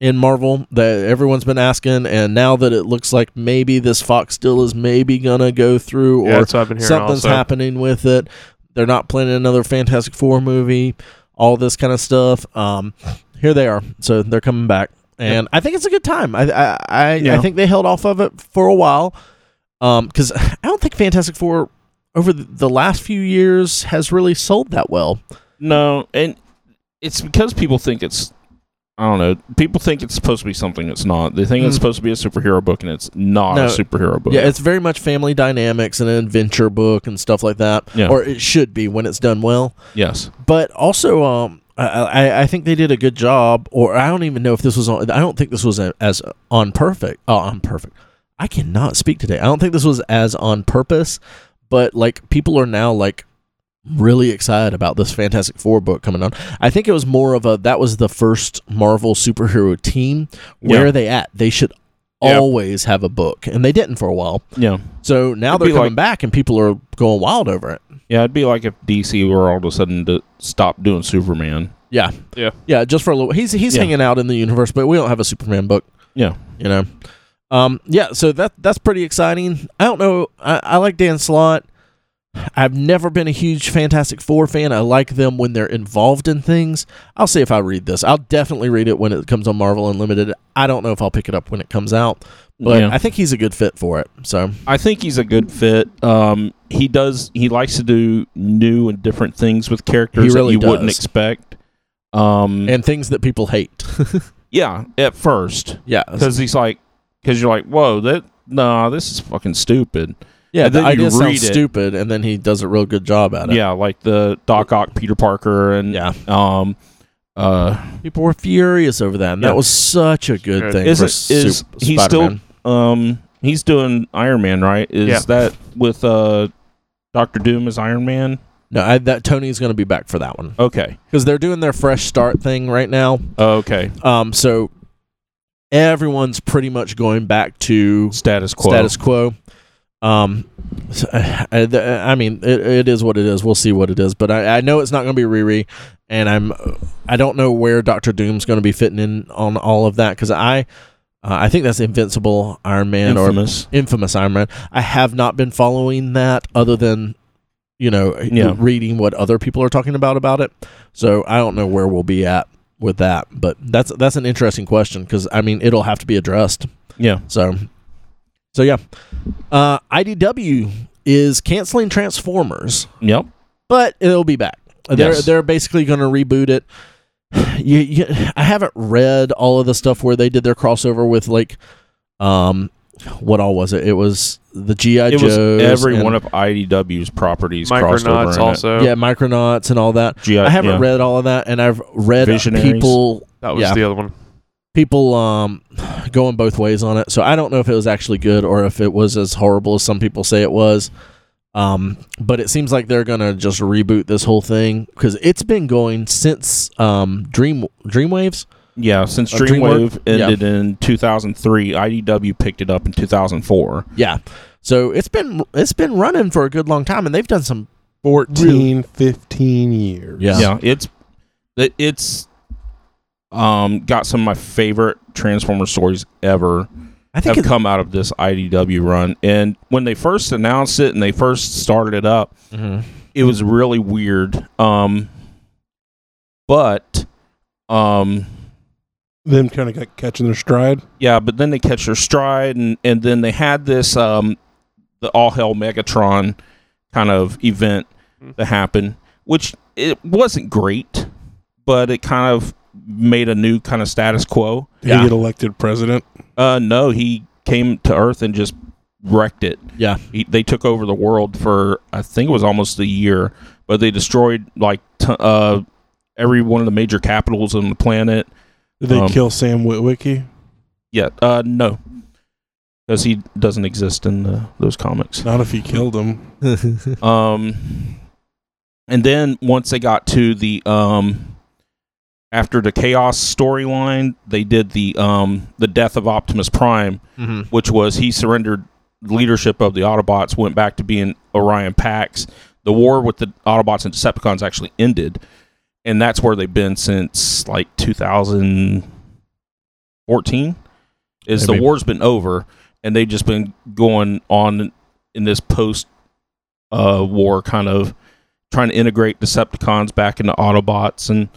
in Marvel that everyone's been asking, and now that it looks like maybe this Fox deal is maybe gonna go through,
yeah,
or
that's what I've been hearing.
something's
also.
happening with it. They're not planning another Fantastic Four movie, all this kind of stuff. Um, here they are, so they're coming back, and I think it's a good time. I I I, I
Yeah.
think they held off of it for a while, because I don't think Fantastic Four over the, the last few years has really sold that well.
No, and it's because people think it's I don't know. People think it's supposed to be something it's not. They think
Mm.
it's supposed to be a superhero book, and it's not
No.
a superhero book.
Yeah, it's very much family dynamics and an adventure book and stuff like that,
Yeah.
or it should be when it's done well.
yes.
but also um I, I I think they did a good job or I don't even know if this was on I don't think this was a, as on perfect oh on perfect I cannot speak today I don't think this was as on purpose but like people are now like really excited about this Fantastic Four book coming on I think it was more of a that was the first Marvel superhero team where
Yeah.
are they at they should
Yeah.
always have a book and they didn't for a while
Yeah.
so now
It'd
they're
be
coming
like-
back and people are going wild over it
Yeah. It'd be like if DC were all of a sudden to stop doing Superman.
Yeah.
Yeah.
Yeah, just for a little he's he's
Yeah.
hanging out in the universe, but we don't have a Superman book,
Yeah.
you know. Um yeah, so that that's pretty exciting. I don't know I, I like Dan Slott. I've never been a huge Fantastic Four fan. I like them when they're involved in things. I'll see if I read this. I'll definitely read it when it comes on Marvel Unlimited. I don't know if I'll pick it up when it comes out, but
Yeah.
I think he's a good fit for it. So
I think he's a good fit. Um, he does. He likes to do new and different things with characters
He really
that you wouldn't
does.
expect. Um,
and things that people hate.
yeah, at first,
yeah.
because he's like, because you're like, whoa, that nah, this is fucking stupid.
Yeah,
and then
the
you
idea sounds
read it.
stupid and then he does a real good job at it.
Yeah, like the Doc Ock, Peter Parker, and
Yeah.
um, uh,
People were furious over that, and
Yeah.
that was such a good
Good.
thing.
Is
for
it- is
Sup-
he still-
Spider-Man.
um, he's doing Iron Man, right? Is
Yeah.
that with uh, Doctor Doom as Iron Man?
No, I, that Tony's going to be back for that one
Okay,
because they're doing their fresh start thing right now.
okay,
Um, so everyone's pretty much going back to
status quo.
status quo. Um, so, uh, I, th- I mean, it, it is what it is. We'll see what it is, but I, I know it's not going to be Riri, and I'm uh, I don't know where Doctor Doom's going to be fitting in on all of that because I. Uh, I think that's Invincible Iron Man or
infamous.
infamous Iron Man. I have not been following that other than you know
Yeah.
reading what other people are talking about about it. So I don't know where we'll be at with that, but that's that's an interesting question because I mean it'll have to be addressed.
yeah.
So so yeah, uh, IDW is canceling Transformers,
Yep.
but it'll be back. They're
Yes.
they're basically going to reboot it. You, you, I haven't read all of the stuff where they did their crossover with like, um, what all was it? It was the GI
It was
Joes,
every
and-
one of IDW's properties crossed over.
Micronauts
in it.
also.
yeah Micronauts and all that.
G-
I haven't
yeah.
read all of that, and I've read
Visionaries.
people
that was
yeah.
the other one.
people um going both ways on it. So I don't know if it was actually good or if it was as horrible as some people say it was. Um, but it seems like they're gonna just reboot this whole thing because it's been going since um Dream Dreamwaves.
Yeah, since
Uh, DreamWorks?
Dreamwave ended in 2003, IDW picked it up in 2004.
Yeah, so it's been it's been running for a good long time, and they've done some
14, 15 years.
Yeah.
Yeah, it's it, it's um got some of my favorite Transformer stories ever
I think
have
it,
come out of this IDW run. And when they first announced it and they first started it up,
Mhm.
it was really weird. Um, but um,
Them kind of like catching their stride.
yeah, but then they catch their stride, and and then they had this um, the all hell Megatron kind of event that happened, which it wasn't great, but it kind of made a new kind of status quo.
Did
Yeah.
he get elected president?
Uh, no, he came to Earth and just wrecked it.
Yeah.
he, they took over the world for I think it was almost a year, but they destroyed like t- uh every one of the major capitals on the planet.
Did they
Um,
kill Sam Witwicky?
Yeah, uh, no, because he doesn't exist in the, those comics.
Not if he killed him.
Um, and then once they got to the um, after the chaos storyline, they did the um the death of Optimus Prime,
Mhm.
which was he surrendered leadership of the Autobots, went back to being Orion Pax. The war with the Autobots and Decepticons actually ended, and that's where they've been since like 2014. Is
Maybe.
the war's been over, and they've just been going on in this post uh, war kind of trying to integrate Decepticons back into Autobots, and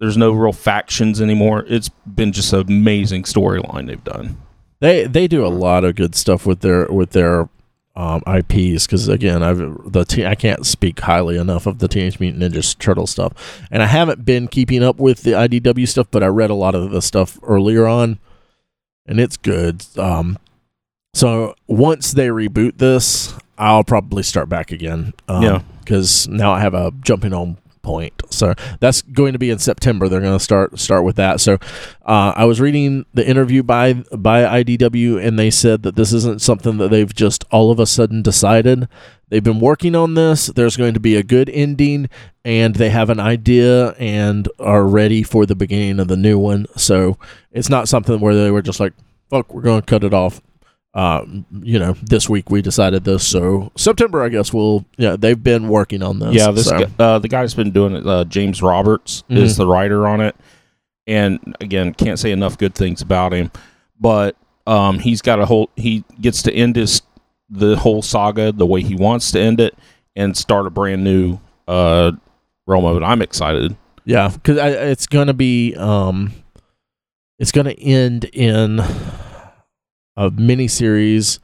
there's no real factions anymore. It's been just an amazing storyline they've done.
They they do a lot of good stuff with their with their um, IPs because again I've the te- I can't speak highly enough of the Teenage Mutant Ninja Turtle stuff, and I haven't been keeping up with the IDW stuff, but I read a lot of the stuff earlier on, and it's good. Um, so once they reboot this, I'll probably start back again. Um,
Yeah.
because now I have a jumping on point. So that's going to be in September. They're going to start start with that. So uh, I was reading the interview by by IDW, and they said that this isn't something that they've just all of a sudden decided. They've been working on this. There's going to be a good ending, and they have an idea and are ready for the beginning of the new one. So it's not something where they were just like, "Fuck, we're going to cut it off." Uh, you know, this week we decided this. So September, I guess we'll. Yeah, they've been working on this.
yeah, this
so.
guy, uh, the guy's been doing it. Uh, James Roberts is
Mhm.
the writer on it, and again, can't say enough good things about him. But um, he's got a whole. He gets to end his the whole saga the way he wants to end it, and start a brand new uh, realm of it. I'm excited.
Yeah, because it's gonna be um, it's gonna end in a miniseries.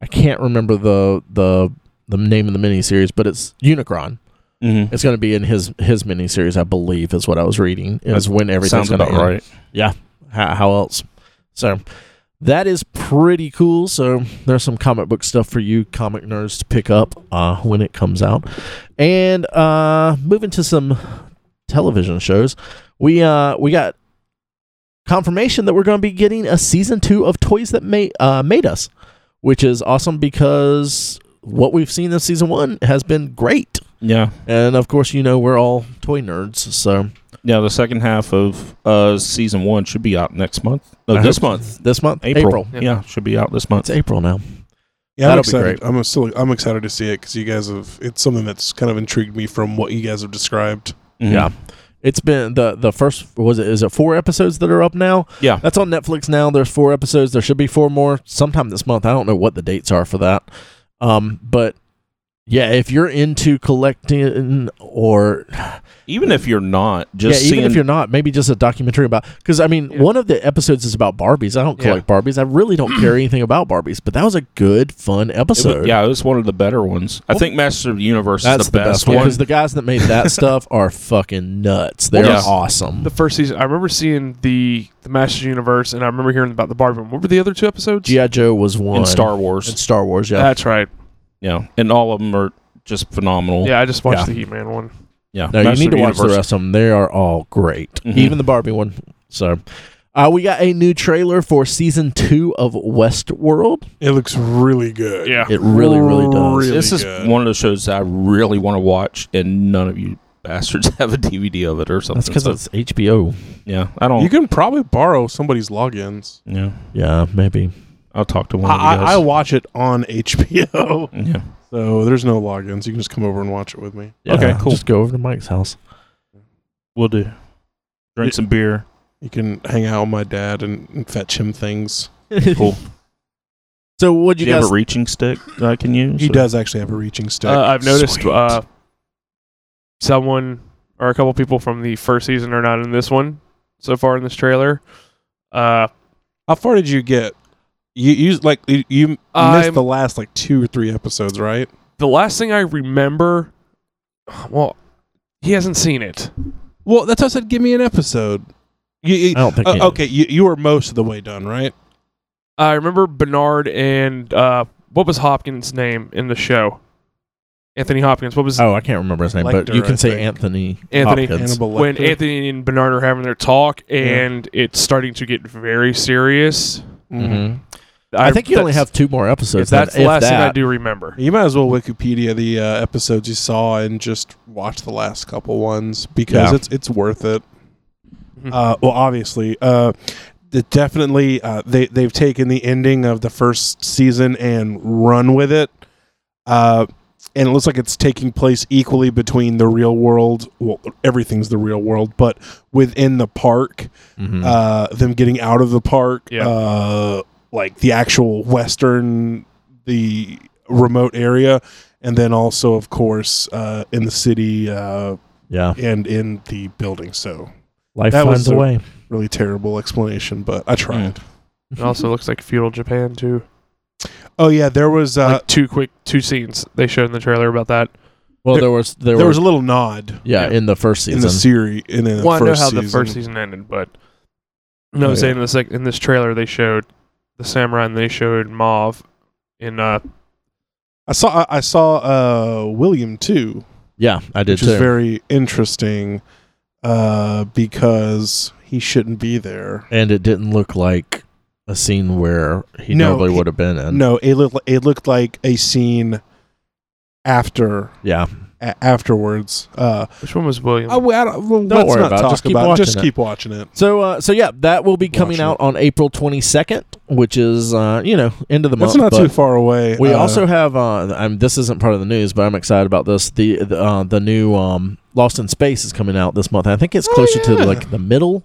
I can't remember the the the name of the miniseries, but it's Unicron.
Mm-hmm.
It's gonna be in his his miniseries, I believe, is what I was reading. Is when everything's
Sounds
gonna
about
end.
right.
How, how else? So that is pretty cool. So there's some comic book stuff for you comic nerds to pick up uh, when it comes out. And uh, moving to some television shows, we uh, we got confirmation that we're going to be getting a season two of Toys That Made uh, Made Us, which is awesome because what we've seen in season one has been great.
Yeah,
And of course, you know we're all toy nerds, so
yeah. The second half of uh, season one should be out next month. No,
I
this
hope-
month.
Uh, this month,
April.
Uh-huh. April.
Yeah.
Yeah.
should be out this month.
It's April now.
Yeah,
That'll
I'm
be
excited. I'm still I'm excited to see it because you guys have. It's something that's kind of intrigued me from what you guys have described.
Mhm.
Yeah. It's been the the first was it is it four episodes that are up now?
Yeah.
That's on Netflix now. There's four episodes. There should be four more sometime this month. I don't know what the dates are for that. Um but yeah, if you're into collecting or
Even if you're not, just
yeah,
seeing
even if you're not, maybe just a documentary about because I mean,
Yeah.
one of the episodes is about Barbies. I don't
Yeah.
collect Barbies. I really don't care anything about Barbies, but that was a good, fun
It was-
episode.
yeah, it was one of the better ones. I think Master of the Universe
that's
is the, best,
one
one.
because the guys that made that stuff are fucking nuts. They're
Yeah.
awesome.
The first season, I remember seeing the the Masters Universe, and I remember hearing about the Barbie. one. What were the other two episodes?
GI Joe was one.
in Star
And
Wars.
Star Wars, yeah.
that's right.
Yeah, and all of them are just phenomenal.
Yeah, I just watched
Yeah.
the Heat Man one.
yeah.
No,
Master
you need
of
to watch the
Universe.
rest of them. They are all great,
Mhm.
even the Barbie one. So, uh, we got a new trailer for season two of Westworld.
It looks really good.
Yeah, Uh,
It really, really does.
Really
This is
good.
one of those shows that I really want to watch, and none of you bastards have a DVD of it or something.
That's because
So,
it's HBO.
yeah, I don't.
You can probably borrow somebody's logins.
yeah,
Yeah, maybe.
I'll talk to one
I, I,
of
I
you guys.
watch it on HBO,
yeah,
so there's no logins. You can just come over and watch it with me.
Yeah,
Okay, cool.
Just go over to Mike's house.
we'll do. Drink some beer.
You can hang out with my dad and, and fetch him things.
Cool.
So, what'd
Do
you
you
guys?
have a reaching stick that I can use?
He
Or-
does actually have a reaching stick.
Uh, I've noticed
Sweet.
uh, someone or a couple people from the first season are not in this one so far in this trailer. Uh,
How far did you get? You you like you, you missed
I'm-
the last like two or three episodes, right?
the last thing I remember, well, he hasn't seen it.
Well, that's how I said. Give me an episode. You, you-
I don't think.
uh,
you-
okay, you you are most of the way done, right?
I remember Bernard and uh, what was Hopkins' name in the show? Anthony Hopkins. What was
Oh, I can't remember his name, but
Lecter,
you can
I
say
think.
Anthony.
Anthony.
Hopkins.
Hannibal
when
Lecter.
Anthony and Bernard are having their talk, and it's starting to get very serious.
Mhm.
Mhm. I, think you only
Mm-hmm. that's-
have two more episodes.
If that's
then,
the last
that,
thing I do remember.
You might as well Wikipedia the uh, episodes you saw and just watch the last couple ones because
Yeah.
it's it's worth it.
Mhm.
Uh, well, obviously, uh, the, definitely uh, they they've taken the ending of the first season and run with it, uh, and it looks like it's taking place equally between the real world. Well, everything's the real world, but within the park,
Mhm.
uh, them getting out of the park,
Yeah.
uh, like the actual western, the remote area, and then also, of course, uh, in the city uh,
yeah,
and in the building. So
life
that was
finds a
the-
way.
really terrible explanation, but I tried.
It also looks like feudal Japan too.
Oh yeah, there was uh,
like two quick two scenes they showed in the trailer about that.
Well,
there-
there, was there,
there,
was
was a little nod
yeah, in the first
in the
season.
series and in the
well, I know
first
how
season.
the first season ended, but no,
Oh,
I'm
yeah.
saying in the sec- in this trailer they showed the samurai and they showed Mauve in uh
I saw I, I saw uh, William too.
yeah, I did
which is
too.
very interesting uh, because he shouldn't be there.
and it didn't look like a scene where he
No,
normally
he-
would have been in.
No, it looked it looked like a scene after
Yeah,
a- afterwards. Uh,
which one was William?
I, I don't, well, let's
worry
not
about it.
talk
Just keep
about
watching
Just
it.
keep watching it.
So, uh, so yeah, that will be coming
Watch
out
it.
on April 22nd, which is uh, you know end of the
That's
month.
not
but
too far away.
we
Uh,
also have. Uh, I'm, this isn't part of the news, but I'm excited about this. The the, uh, the new um, Lost in Space is coming out this month. I think it's
Oh,
closer
yeah.
to like the middle,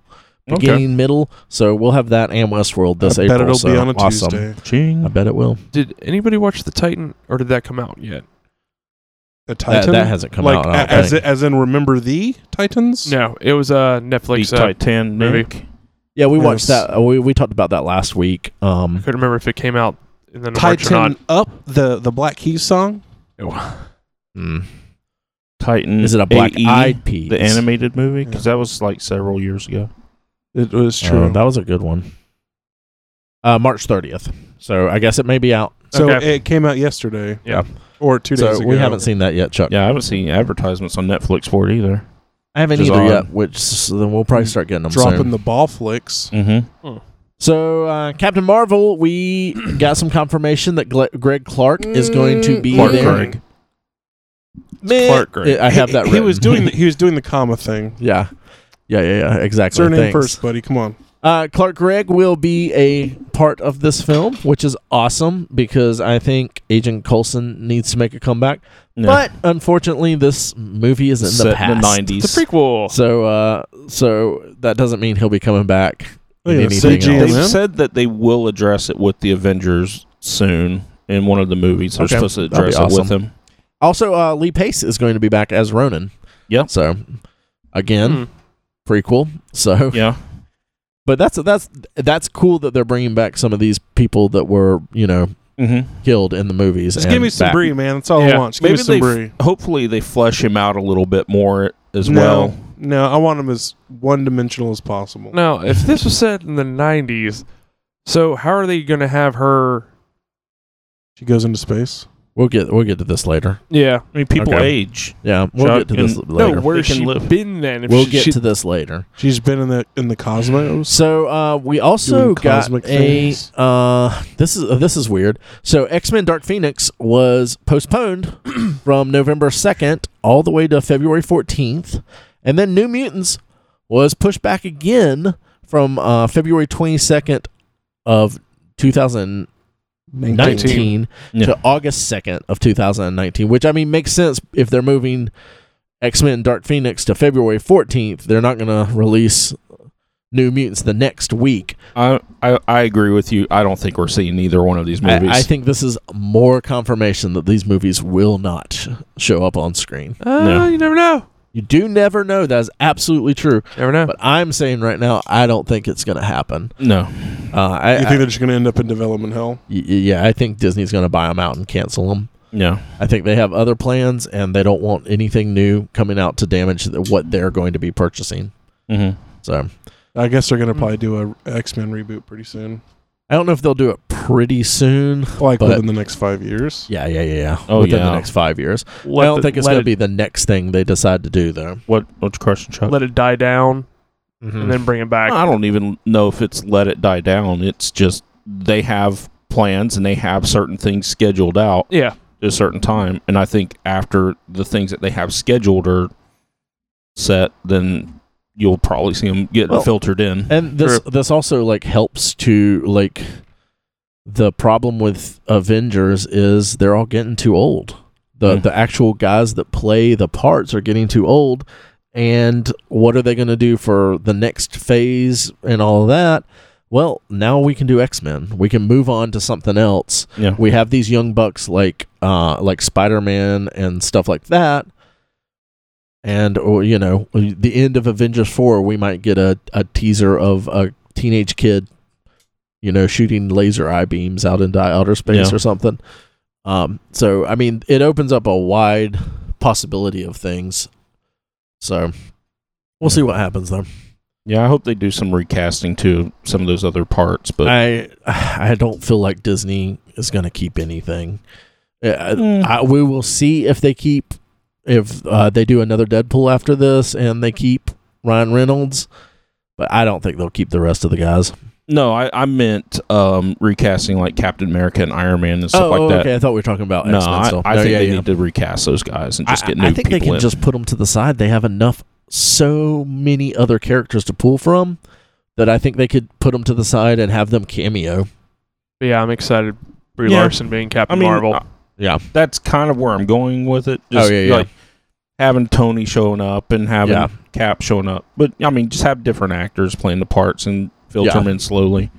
Okay.
beginning middle. So we'll have that and Westworld this
I
April.
bet it'll
so
be on a
awesome.
Tuesday.
I bet it will.
did anybody watch the Titan or did that come out yet?
The Titan
That, that hasn't come
like
out. I
a-
don't
as
think.
in- as in remember the Titans.
No, it was uh Netflix.
The
Uh,
Titanic.
yeah, we
Yes.
watched that. uh, We we talked about that last week. Um,
couldn't remember if it came out in the March or
Titan
not.
up the the Black Keys song.
Oh.
Hmm.
mm.
Titan.
is it a E, Black
AE,
Eyed Peas?
The animated movie? Because
Yeah.
that was like several years ago.
It was
Oh,
true.
that was a good one. Uh, March 30th. So I guess it may be out.
so
okay.
it came out yesterday.
Yeah.
or two days
so
ago.
we haven't seen that yet, Chuck.
Yeah, I haven't seen advertisements on Netflix for it either.
I haven't
Which is
either
odd.
yet, which so then we'll probably start getting them
dropping
soon.
the ball flicks.
Mm-hmm.
so uh, Captain Marvel, we got some confirmation that Gle- Greg Clark is going to be
Clark
there.
Gregg.
Meh.
Clark Gregg.
I have
He-
that.
He,
written.
was doing the, he was doing the comma thing.
yeah. Yeah, yeah, yeah,
It's
exactly.
her name
Thanks.
first, buddy. Come on.
Uh, Clark Gregg will be a part of this film, which is awesome because I think Agent Coulson needs to make a comeback. But unfortunately, this movie is in the
Set
past.
in the 90s.
It's a prequel.
So, uh, so that doesn't mean he'll be coming back.
Look
in
at the
anything else.
CG.
They've
Yeah.
said that they will address it with the Avengers soon in one of the movies. They're
Okay.
supposed to
That'd be
address it with him.
Also, uh, Lee Pace is going to be back as Ronan.
Yeah.
So, again,
Hmm.
prequel. So,
Yeah.
but that's that's that's cool that they're bringing back some of these people that were you know
Mm-hmm.
killed in the movies.
Just
and
give me some
back.
brie, man. That's all I
Yeah.
want. Just give
Maybe
me some
they.
brie.
Hopefully they flesh him out a little bit more as
no,
well.
no, I want him as one dimensional as possible.
Now, if this was set in the '90s, so how are they going to have her?
She goes into space.
We'll get we'll get to this later.
Yeah,
I mean, people
Okay.
age.
Yeah, we'll
Chuck
get to this
and-
later.
no, where's
They can
she
live.
been then? If
we'll
she-
get
she-
to this later.
She's been in the in the cosmos.
So uh, we also
Doing
got
cosmic
a
things.
uh, this is uh, this is weird. So X Men Dark Phoenix was postponed from November second all the way to February fourteenth, and then New Mutants was pushed back again from uh, February twenty second of two thousand nineteen
Yeah.
to August second of two thousand nineteen. Which I mean makes sense if they're moving X Men Dark Phoenix to February fourteenth. They're not going to release New Mutants the next week.
I, I I agree with you. I don't think we're seeing either one of these
I,
movies.
I think this is more confirmation that these movies will not sh- show up on screen.
Uh,
No.
You never know.
You do never know. That is absolutely true.
Never know.
But I'm saying right now, I don't think it's going to happen.
no.
Uh, I,
you
I-
think they're just going to end up in development hell?
y- y- yeah, I think Disney's going to buy them out and cancel them.
No.
I think they have other plans, and they don't want anything new coming out to damage the, what they're going to be purchasing.
Mm-hmm.
So
I guess they're going to probably do a X Men reboot pretty soon,
I don't know if they'll do it pretty soon.
like
But-
within the next five years.
Yeah, yeah, yeah, yeah.
Oh,
Within the
yeah.
next five years, I don't think it's going to be the next thing they decide to do, though.
What what's question Chuck?
Let it die down
Mm-hmm.
and then bring it back.
I don't even know if it's let it die down. It's just they have plans and they have certain things scheduled out
Yeah.
at a certain time. And I think after the things that they have scheduled are set, then you'll probably see them get
Well, eh
filtered in.
And this this also like helps to like the problem with Avengers is they're all getting too old. The
Mm.
the actual guys that play the parts are getting too old and what are they going to do for the next phase and all of that? Well, now we can do X-Men. We can move on to something else.
Yeah.
We have these young bucks like uh like Spider-Man and stuff like that. And or you know, the end of Avengers 4, we might get a, a teaser of a teenage kid you know, shooting laser eye beams out into outer space
Yeah.
or something. Um so I mean, it opens up a wide possibility of things. So we'll see what happens though.
Yeah, I hope they do some recasting to some of those other parts. But
I I don't feel like Disney is going to keep anything. Uh, I, we will see if they keep if uh, they do another Deadpool after this and they keep Ryan Reynolds, but I don't think they'll keep the rest of the guys.
no, I, I meant um, recasting like Captain America and Iron Man and stuff like that.
Oh, okay. I thought we were talking about
No,
X-Men
I,
still.
I
No,
think
yeah,
they
yeah.
need to recast those guys and just
I-
get new
I think they
people
can
in.
just put them to the side. They have enough, so many other characters to pull from that I think they could put them to the side and have them cameo.
But yeah, I'm excited. Brie
Yeah.
Larson being
I
Captain
mean, uh,
Marvel.
I-
Yeah.
that's kind of where I'm going with it. Just
Oh, yeah, yeah.
like having Tony showing up and having
Yeah.
Cap showing up. But I mean, just have different actors playing the parts and filter
Yeah.
them in slowly.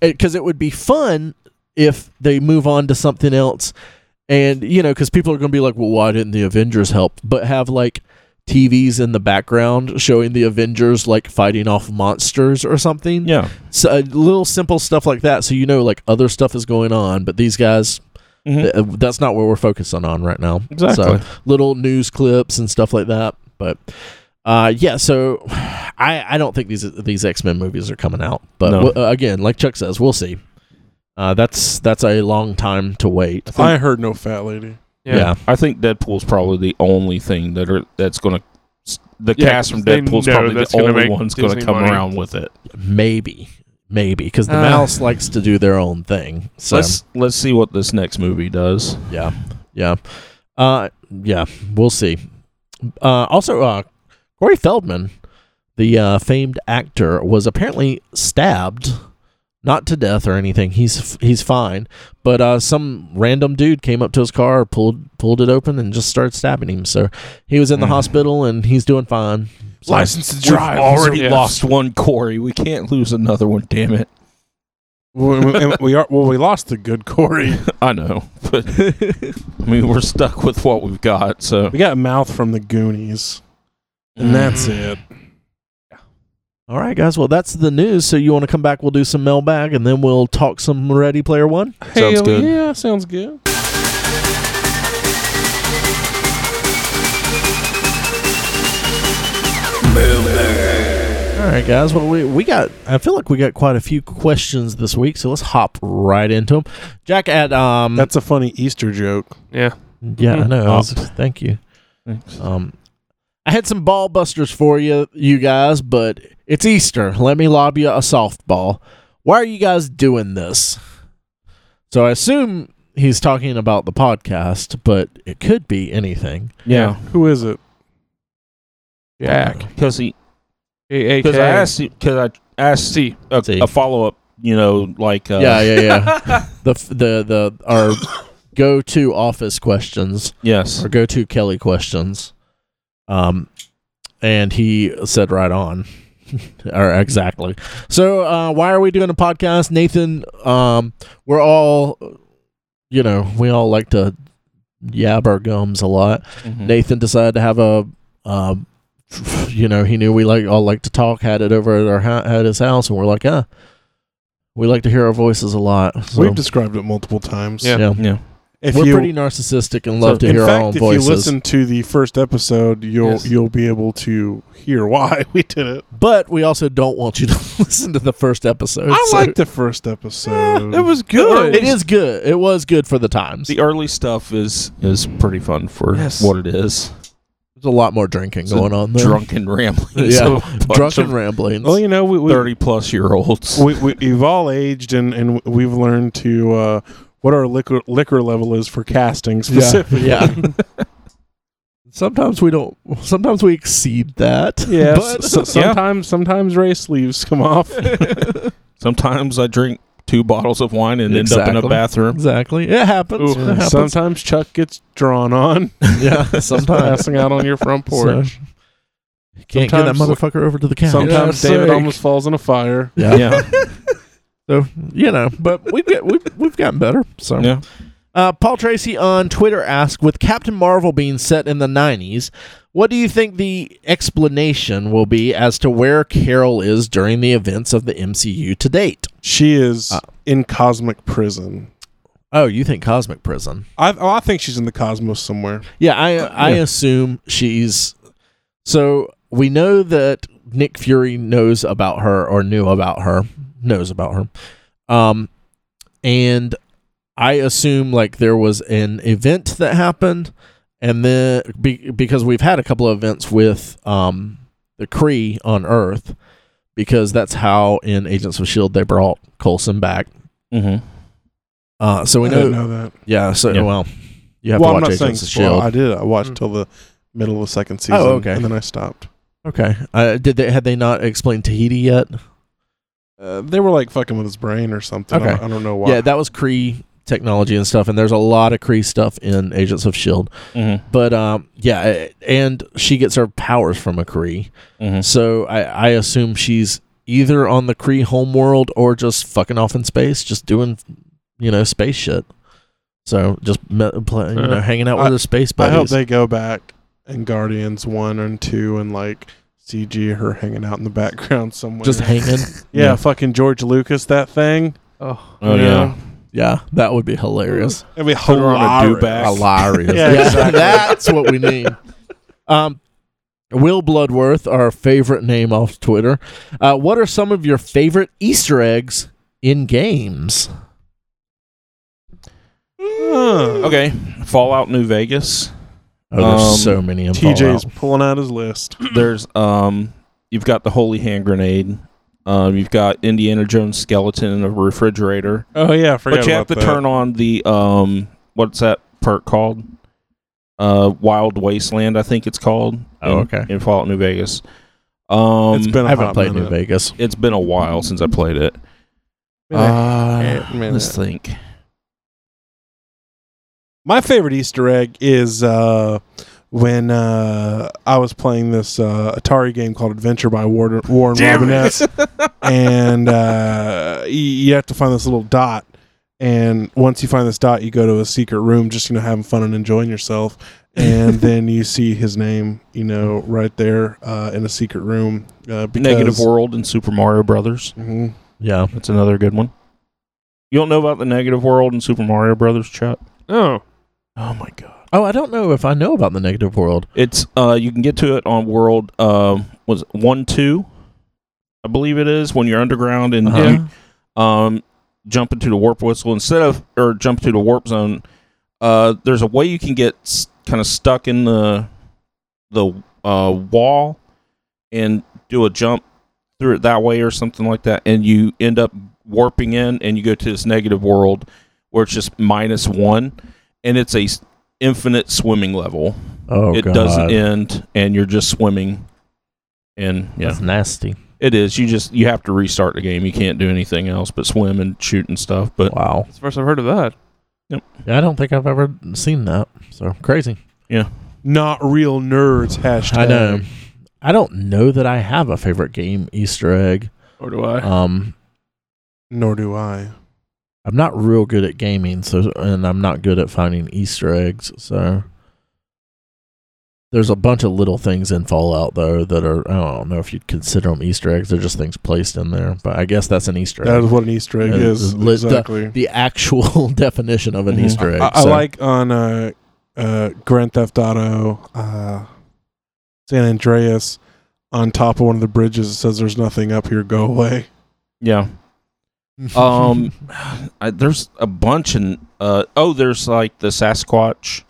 because it, would be fun if they move on to something else and you know because people are going to be like well why didn't the avengers help but have like tvs in the background showing the avengers like fighting off monsters or something
Yeah.
so, uh, little simple stuff like that so you know like other stuff is going on but these guys
Mhm.
th- uh, that's not what we're focusing on right now
Exactly.
so little news clips and stuff like that but uh, yeah, so I I don't think these these X Men movies are coming out, but
No.
w- uh, again, like Chuck says, we'll see. Uh, that's that's a long time to wait.
I heard no fat lady.
Yeah,
I think Deadpool's probably the only thing that are that's going to the
Yeah,
cast from
'cause they
Deadpool's
know
probably
that's
the
gonna
only
make
one's going to
Disney
come
money.
around with it.
maybe maybe because the
Uh.
mouse likes to do their own thing. So
Let's let's see what this next movie does.
yeah, yeah, uh, yeah. We'll see. Uh, also, uh, Corey Feldman, the uh, famed actor, was apparently stabbed, not to death or anything. He's he's fine, but uh, some random dude came up to his car, pulled pulled it open, and just started stabbing him. So he was in the
Mm.
hospital, and he's doing fine. So-
License to
We've
drive.
already
Yeah.
lost one Corey. We can't lose another one. Damn it!
we, we- we are well. We lost the good Corey.
I know, but I mean we're stuck with what we've got. So
We got mouth from the Goonies, and that's it.
All right, guys. Well, that's the news. So you want to come back? We'll do some mailbag, and then we'll talk some Ready Player One.
Sounds
Hell
good.
Yeah, sounds good.
All right, guys. Well, we, we got. I feel like we got quite a few questions this week, so let's hop right into them. Jack at um.
That's a funny Easter joke.
yeah.
yeah, I know. I was- thank you.
Mm-hmm. Thanks.
Um, I had some ball busters for you, you guys, but it's Easter. Let me lob you a softball. Why are you guys doing this? So I assume he's talking about the podcast, but it could be anything.
yeah.
Who is it?
Jack.
because he
A-
because I
AKA.
asked because I asked
C.
a,
See.
a follow up. You know, like uh,
yeah, yeah, yeah. the f- the the our go to office questions.
yes,
our go-to Kelly questions. Um, and he said right on, or exactly. So, uh, why are we doing a podcast, Nathan? Um, we're all, you know, we all like to yab our gums a lot.
Mm-hmm.
Mm.
Nathan decided to have a, um, you know, he knew we like all like to talk. Had it over at our hou- at his house, and we're like, ah, we like to hear our voices a lot. So,
We've described it multiple times.
Yeah.
yeah,
yeah.
If
we're
you,
pretty narcissistic and love
So,
to
in
hear
fact,
our own
if
voices.
you listen to the first episode, you'll
Yes.
you'll be able to hear why we did it.
But we also don't want you to listen to the first episode.
I
so-
like the first episode.
Eh, It was good.
It is good. It was good for the times.
The early stuff is is pretty fun for
Yes.
what it is.
There's a lot more drinking
It's a
going on there.
Drunken ramblings.
yeah,
of a bunch
drunken
of
ramblings.
Well, you know, we, we,
Thirty plus year olds.
we, we you've all aged and, and we've learned to uh, what our liquor liquor level is for casting
yeah,
specifically.
yeah. sometimes we don't. Sometimes we exceed that.
Yeah,
but
s- s- sometimes sometimes Ray sleeves come off.
Sometimes I drink two bottles of wine and end up in
Exactly.
a bathroom.
exactly, it happens.
Ooh.
It happens.
sometimes Chuck gets drawn on
yeah, sometimes
passing out on your front porch.
So, can't get that
Sometimes-
motherfucker over to the couch.
sometimes
Yeah,
David
sake.
almost falls in a fire.
Yeah.
Yeah,
So you know, but we get we've we've gotten better. So
yeah.
Uh, Paul Tracy on Twitter asked, with Captain Marvel being set in the 90s, what do you think the explanation will be as to where Carol is during the events of the MCU to date?
She is
Ah.
in cosmic prison.
Oh, you think cosmic prison?
I oh, I think she's in the cosmos somewhere.
Yeah, I
Uh,
I
Yeah.
assume she's so we know that Nick Fury knows about her or knew about her, knows about her. Um and I assume like there was an event that happened and then be, because we've had a couple of events with um the Kree on Earth because that's how in Agents of Shield E they brought Coulson back.
Mm-hmm.
Uh so we
I didn't
know,
know that.
yeah, so
Yeah.
well you have
well,
to
I'm
watch
not
Agents of
saying
Shield.
spoil. I did. I watched
Mm.
till the middle of the second season.
Hmm. Oh, okay.
And then I stopped.
Okay. Uh, did they had they not explained Tahiti yet?
Uh, they were like fucking with his brain or something.
Okay.
I, I don't know why.
Yeah, that was Cree technology and stuff, and there's a lot of Cree stuff in Agents of Shield. E
Mm-hmm.
But um, yeah, a- and she gets her powers from a Cree,
Mm-hmm.
so I, I assume she's either on the Cree homeworld or just fucking off in space, just doing you know space shit. So just me, play, you know
Uh,
hanging out
I-
with her space
I
buddies.
hope they go back and Guardians one and two and like CG her hanging out in the background somewhere.
just hanging.
yeah,
yeah.
fucking George Lucas that thing.
Oh,
Oh
you know?
yeah.
yeah, that would be hilarious.
It'd be
Put her on a
hilarious.
do-back.
Hilarious.
Yeah,
yeah,
exactly.
that's what we need. Um, Will Bloodworth, our favorite name off Twitter. Uh, what are some of your favorite Easter eggs in games?
Huh.
Okay. Fallout New Vegas.
Oh, there's
Um,
so many. In
TJ's
TJ's.
pulling out his list.
There's um you've got the holy hand grenade. Um, you've got Indiana Jones skeleton in a refrigerator.
Oh yeah, I forgot
But you have
about
to
that.
turn on the um what's that perk called? Uh Wild Wasteland, I think it's called.
Oh,
in-
okay.
In Fallout New Vegas. Um
it's been a
I haven't
hot
played New
minute.
Vegas.
it's been a while since I played it.
Been a
Uh,
hot minute.
let's think.
My favorite Easter egg is uh, when uh, I was playing this uh, Atari game called Adventure by Warden, Warren Robinette, and uh, y- you have to find this little dot. And once you find this dot, you go to a secret room, just you know, having fun and enjoying yourself. And then you see his name, you know, right there uh, in a secret room. Uh, because,
Negative World and Super Mario Brothers.
Mhm.
Yeah.
That's another good one. You don't know about the Negative World and Super Mario Brothers, Chuck?
no.
Oh my god.
Oh, I don't know if I know about the negative world.
It's uh you can get to it on world um was it 1 2 I believe it is when you're underground and
Uh-huh.
you um, jump into the warp whistle instead of or jump into the warp zone. Uh, there's a way you can get s- kind of stuck in the the uh, wall and do a jump through it that way or something like that, and you end up warping in and you go to this negative world where it's just minus one, and it's a s- infinite swimming level.
Oh,
it
God.
doesn't end, and you're just swimming. And yeah,
That's nasty.
it is. You just you have to restart the game. You can't do anything else but swim and shoot and stuff. But
Wow.
That's the first I've heard of that.
Yeah, I don't think I've ever seen that. So crazy.
Not real nerds. Hashtag.
I know. I don't know that I have a favorite game Easter egg.
Or do I?
Um,
Nor do I.
I'm not real good at gaming, so and I'm not good at finding Easter eggs. So there's a bunch of little things in Fallout though that are I don't know if you'd consider them Easter eggs. They're just things placed in there, but I guess that's an Easter
That
egg.
is what an Easter egg
Uh,
is.
lit-
exactly.
the actual definition of an
Mhm.
Easter egg.
Mm-hmm. I, I
so-
like on uh, uh, Grand Theft Auto uh, San Andreas on top of one of the bridges. It says, "There's nothing up here. Go away."
yeah, um, I, there's a bunch in. Uh, oh, there's like the Sasquatch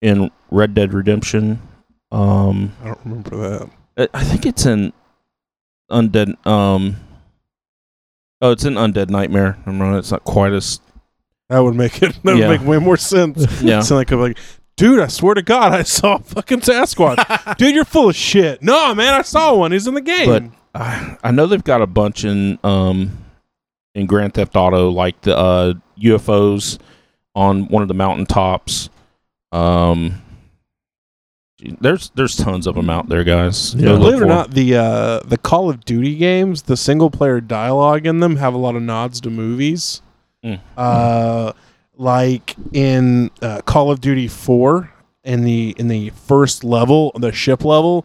in Red Dead Redemption. Um,
I don't remember that.
I I think it's in Undead. Um, oh, it's in Undead Nightmare. I'm wrong. It's not quite as
That would make it. That
Yeah.
would make way more sense.
yeah.
Sound like I'm like, dude, I swear to God, I saw a fucking Sasquatch. dude, you're full of shit. No, man, I saw one. He's in the game.
But I, I know they've got a bunch in um in Grand Theft Auto, like the uh, UFOs on one of the mountaintops. Um, there's there's tons of them out there, guys. Go
Yeah.
look
Believe it or
for 'em.
not, the uh, the Call of Duty games, the single player dialogue in them have a lot of nods to movies.
Mm.
Uh, like in uh, Call of Duty Four, in the in the first level, the ship level,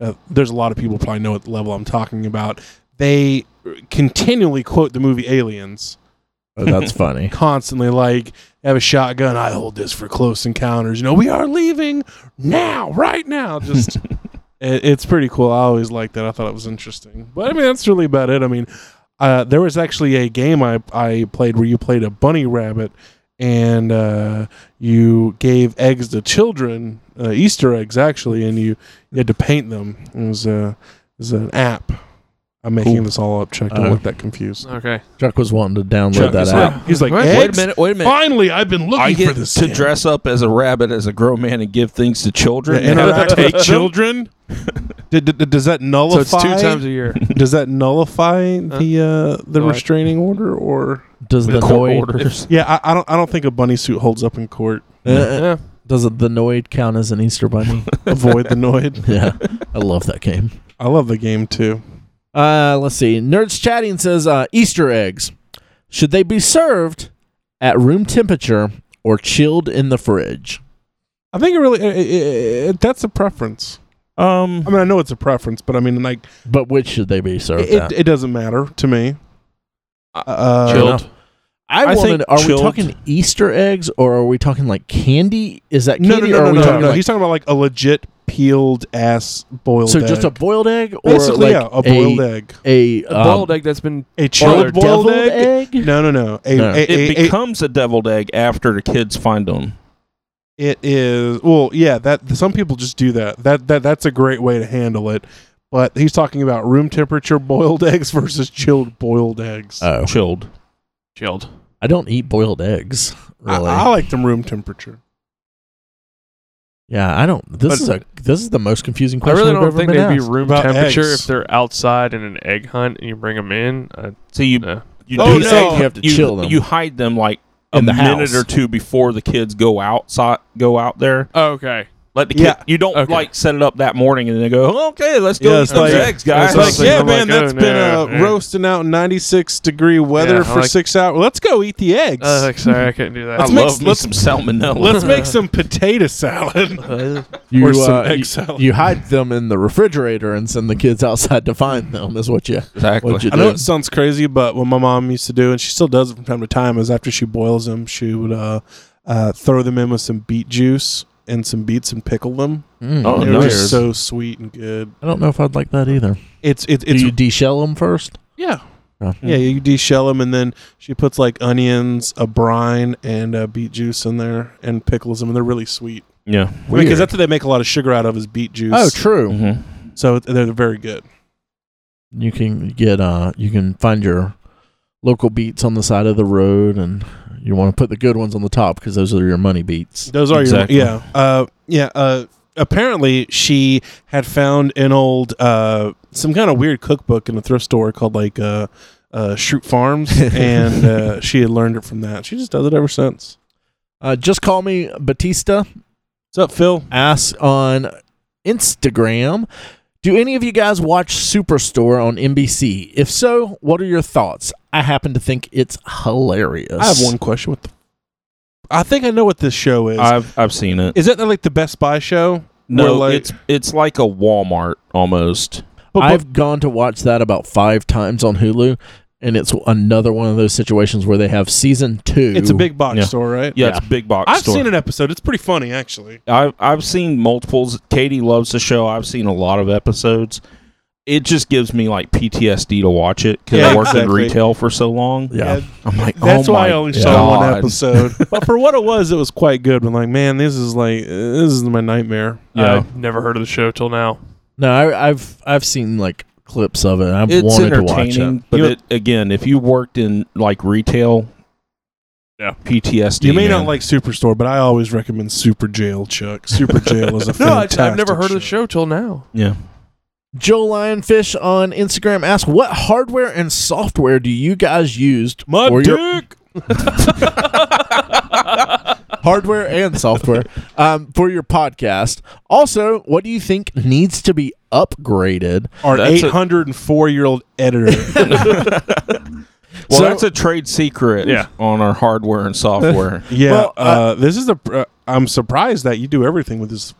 uh, there's a lot of people probably know what level I'm talking about. They continually quote the movie Aliens
Oh, that's funny.
constantly. Like have a shotgun, I hold this for close encounters. You know, we are leaving now, right now. Just it, it's pretty cool. I always liked that. I thought it was interesting. But I mean, that's really about it. I mean, uh, there was actually a game I I played where you played a bunny rabbit and uh, you gave eggs to children, uh, Easter eggs actually, and you, you had to paint them. It was uh, it was an app. I'm making
Cool.
this all up, Chuck. Don't
Uh-huh.
Uh,
look that confused.
Okay.
Chuck was wanting to download
Chuck
that
is
app.
like- he's like,
Wait a
eggs?
minute, wait a minute.
Finally, I've been looking
I
for
get
this
to
damn-
dress up as a rabbit as a grown man and give things to
Yeah,
children.
interact with children. Did, did- does that
So
nullify?
it's two times a year.
does that nullify the uh, the
No, I-
restraining order or?
Does the,
the court
Noid
orders.
Yeah, I, I don't. I don't think a bunny suit holds up in court.
uh,
yeah.
does the Noid count as an Easter bunny?
Avoid the noid.
yeah, I love that game.
I love the game too.
Uh, let's see. Nerds chatting says uh, Easter eggs. Should they be served at room temperature or chilled in the fridge?
I think it really. It, it, it, that's a preference.
Um,
I mean, I know it's a preference, but I mean, like,
But which should they be served
it,
at?
it, doesn't matter to me. Uh,
chilled.
I,
I
wanted.
think
Are
chilled-
we talking Easter eggs or are we talking like candy? Is that
No, no,
candy? or
no,
are
no,
we
no, no.
talking like-
He's talking about like a legit peeled ass boiled.
so just a
egg.
boiled egg or
basically
like
yeah, a boiled
a,
egg,
a,
A boiled egg that's been
a
or
chilled boiled
deviled
egg.
egg?
No, no, no. A,
No.
a-
it
a- a-
becomes a deviled egg after the kids find them.
it is well, yeah. That some people just do that. That that that's a great way to handle it. But he's talking about room temperature boiled eggs versus chilled boiled eggs.
Uh,
Oh,
Chilled.
chilled.
I don't eat boiled eggs.
I,
Really?
I like them room temperature.
yeah, I don't. This
But-
is a this is the most confusing
I
question
really
I've
don't
ever
think
been
they'd be
asked.
room
About
temperature
eggs.
if they're outside in an egg hunt and you bring them in. Uh,
So you
no.
you
Oh,
do
no.
that,
You have to chill them.
You hide them like a
In the
minute
house.
or two before the kids go outside. Go out there.
Oh, Okay.
Let the kid.
Yeah.
You don't
Okay.
like set it up that morning and then go. Okay, let's go
Yeah,
eat
it's
some
like-
eggs,
It's
guys.
That's
like,
something
yeah,
I'm
man,
like,
that's
oh,
been
no,
uh,
yeah.
roasting out in 96 degree weather
Yeah, I
for
like-
six hours. Let's go eat the eggs.
Uh, like, sorry, I couldn't do that.
I
Let's make
love me
let's-
some salmonella.
Let's make some potato salad.
You,
Or some
uh,
egg
you-
salad.
You, hide them in the refrigerator and send the kids outside to find them. Is what you.
exactly.
What'd you
I know
do?
it sounds crazy, but what my mom used to do, and she still does it from time to time, is after she boils them, she would uh, uh, throw them in with some beet juice and some beets and pickle them.
Mm,
Oh,
They're
nice.
just so sweet and good.
I don't know if I'd like that either.
It's it,
Do
it's
you deshell them first?
yeah
Oh.
yeah. You deshell them, and then she puts like onions, a brine, and uh, beet juice in there, and pickles them, and they're really sweet.
Yeah.
Because
Weird.
that's what they make a lot of sugar out of is beet juice.
Oh, true.
Mhm.
so they're very good.
You can get uh, you can find your local beets on the side of the road, and you want to put the good ones on the top because those are your money beets.
Those are
Exactly.
your yeah. Uh, yeah. Uh, apparently, she had found an old uh, some kind of weird cookbook in a thrift store called like uh, uh, Shroot Farms,
Mm-hmm.
and uh, she had learned it from that. She just does it ever since.
Uh, just call me Batista.
What's up, Phil?
Ask on Instagram. Do any of you guys watch Superstore on NBC? If so, what are your thoughts? I happen to think it's hilarious.
I have one question. What the? I think I know what this show is.
I've I've seen it.
is that like the Best Buy show?
No,
Where, like-
it's it's like a Walmart almost.
But, but-
I've gone to watch that about five times on Hulu, and it's another one of those situations where they have season two.
it's a big box
Yeah.
store, right?
Yeah,
Yeah.
it's a big box
I've
store.
seen an episode. It's pretty funny, actually.
I've I've seen multiples. Katie loves the show. I've seen a lot of episodes. it just gives me like PTSD to watch it because
Yeah,
I worked in
exactly.
retail for so long.
Yeah.
I'm like,
That's
oh
why
my
I only
God.
saw one episode. but for what it was, it was quite good. But like, man, this is like this is my nightmare. Uh,
Yeah.
I never heard of the show till now.
No, I, I've I've seen like clips of it. and I've
it's
wanted to watch it.
entertaining, but
You-
it, again, if you worked in like retail,
Yeah.
PTSD.
You may
man.
not like Superstore, but I always recommend Super Jail, Chuck. Super Jail is a
No, I,
fantastic.
I've never heard of the show till now.
Yeah,
Joe Lionfish on Instagram asks, "What hardware and software do you guys used
My
for your
dick.
hardware and software um, for your podcast? Also, what do you think needs to be upgraded?"
Our
That's a-
804 year old editor.
Well,
So-
that's a trade secret
Yeah.
on our hardware and software.
yeah.
Well,
uh, this is the. Uh, I'm surprised that you do everything with this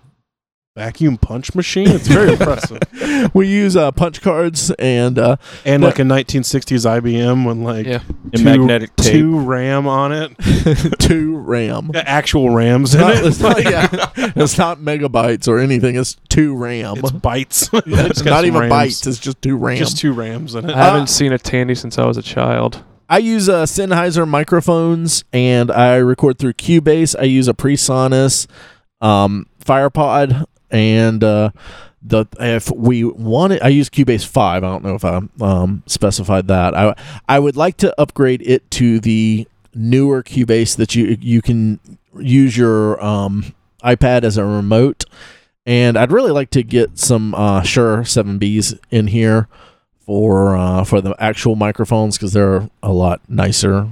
vacuum punch machine. It's very impressive.
We use uh, punch cards and uh,
And
No.
like a 1960s IBM with like
Yeah.
and
two-
magnetic tape.
two RAM on it,
two RAM.
The actual RAMs in
Not-
it.
it's, not, yeah, it's not megabytes or anything. It's two RAM.
It's
It's,
bytes. got
not
some
even
rams.
bytes. It's just two RAM.
Just two RAMs in it.
I haven't seen a Tandy since I was a child.
I use uh, Sennheiser microphones and I record through Cubase. I use a PreSonus um, FirePod and uh, the if we wanted, I use Cubase five. I don't know if I um, specified that. I I would like to upgrade it to the newer Cubase that you you can use your um, iPad as a remote. And I'd really like to get some uh, Shure seven Bs in here for uh, for the actual microphones because they're a lot nicer.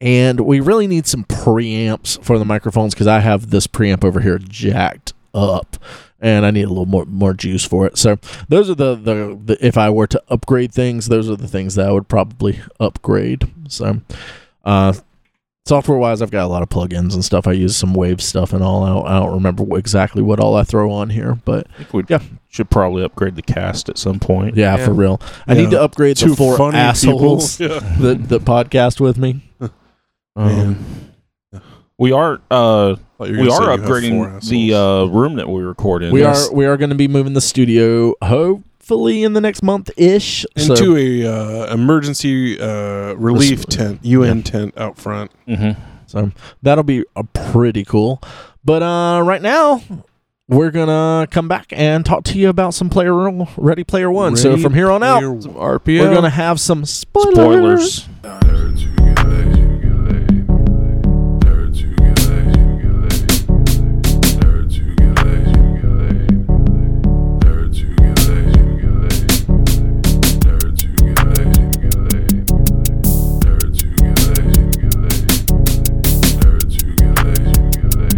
And we really need some preamps for the microphones because I have this preamp over here jacked up, and I need a little more more juice for it. So those are the the, the if I were to upgrade things, those are the things that I would probably upgrade. So. Uh, Software wise, I've got a lot of plugins and stuff. I use some Wave stuff and all. I don't, I don't remember wh- exactly what all I throw on here, but
I think we
Yeah.
should probably upgrade the cast at some point.
yeah,
Yeah.
for real. I
Yeah.
need to upgrade
Two
the four
funny
assholes
people. Yeah.
that, that podcast with me.
Oh,
Um, we are uh, we are upgrading the uh, room that we record in.
We are we are going to be moving the studio hopefully in the next month ish. So
into a uh, emergency uh, relief
Resp-
tent, UN tent out front.
Mhm.
that'll be a pretty cool. But uh, right now we're gonna come back and talk to you about some player Ready Player One. so
Ready
from here on out,
Player One.
RPO.
we're gonna have some spoilers.
Spoilers.
Nerds who get laid, who get laid. Nerds who get laid, who get laid. Nerds who get laid, who get laid. Nerds who get laid, who get laid. Nerds who get laid, who get laid. Nerds who get laid, who get laid. Nerds who get laid, who get laid.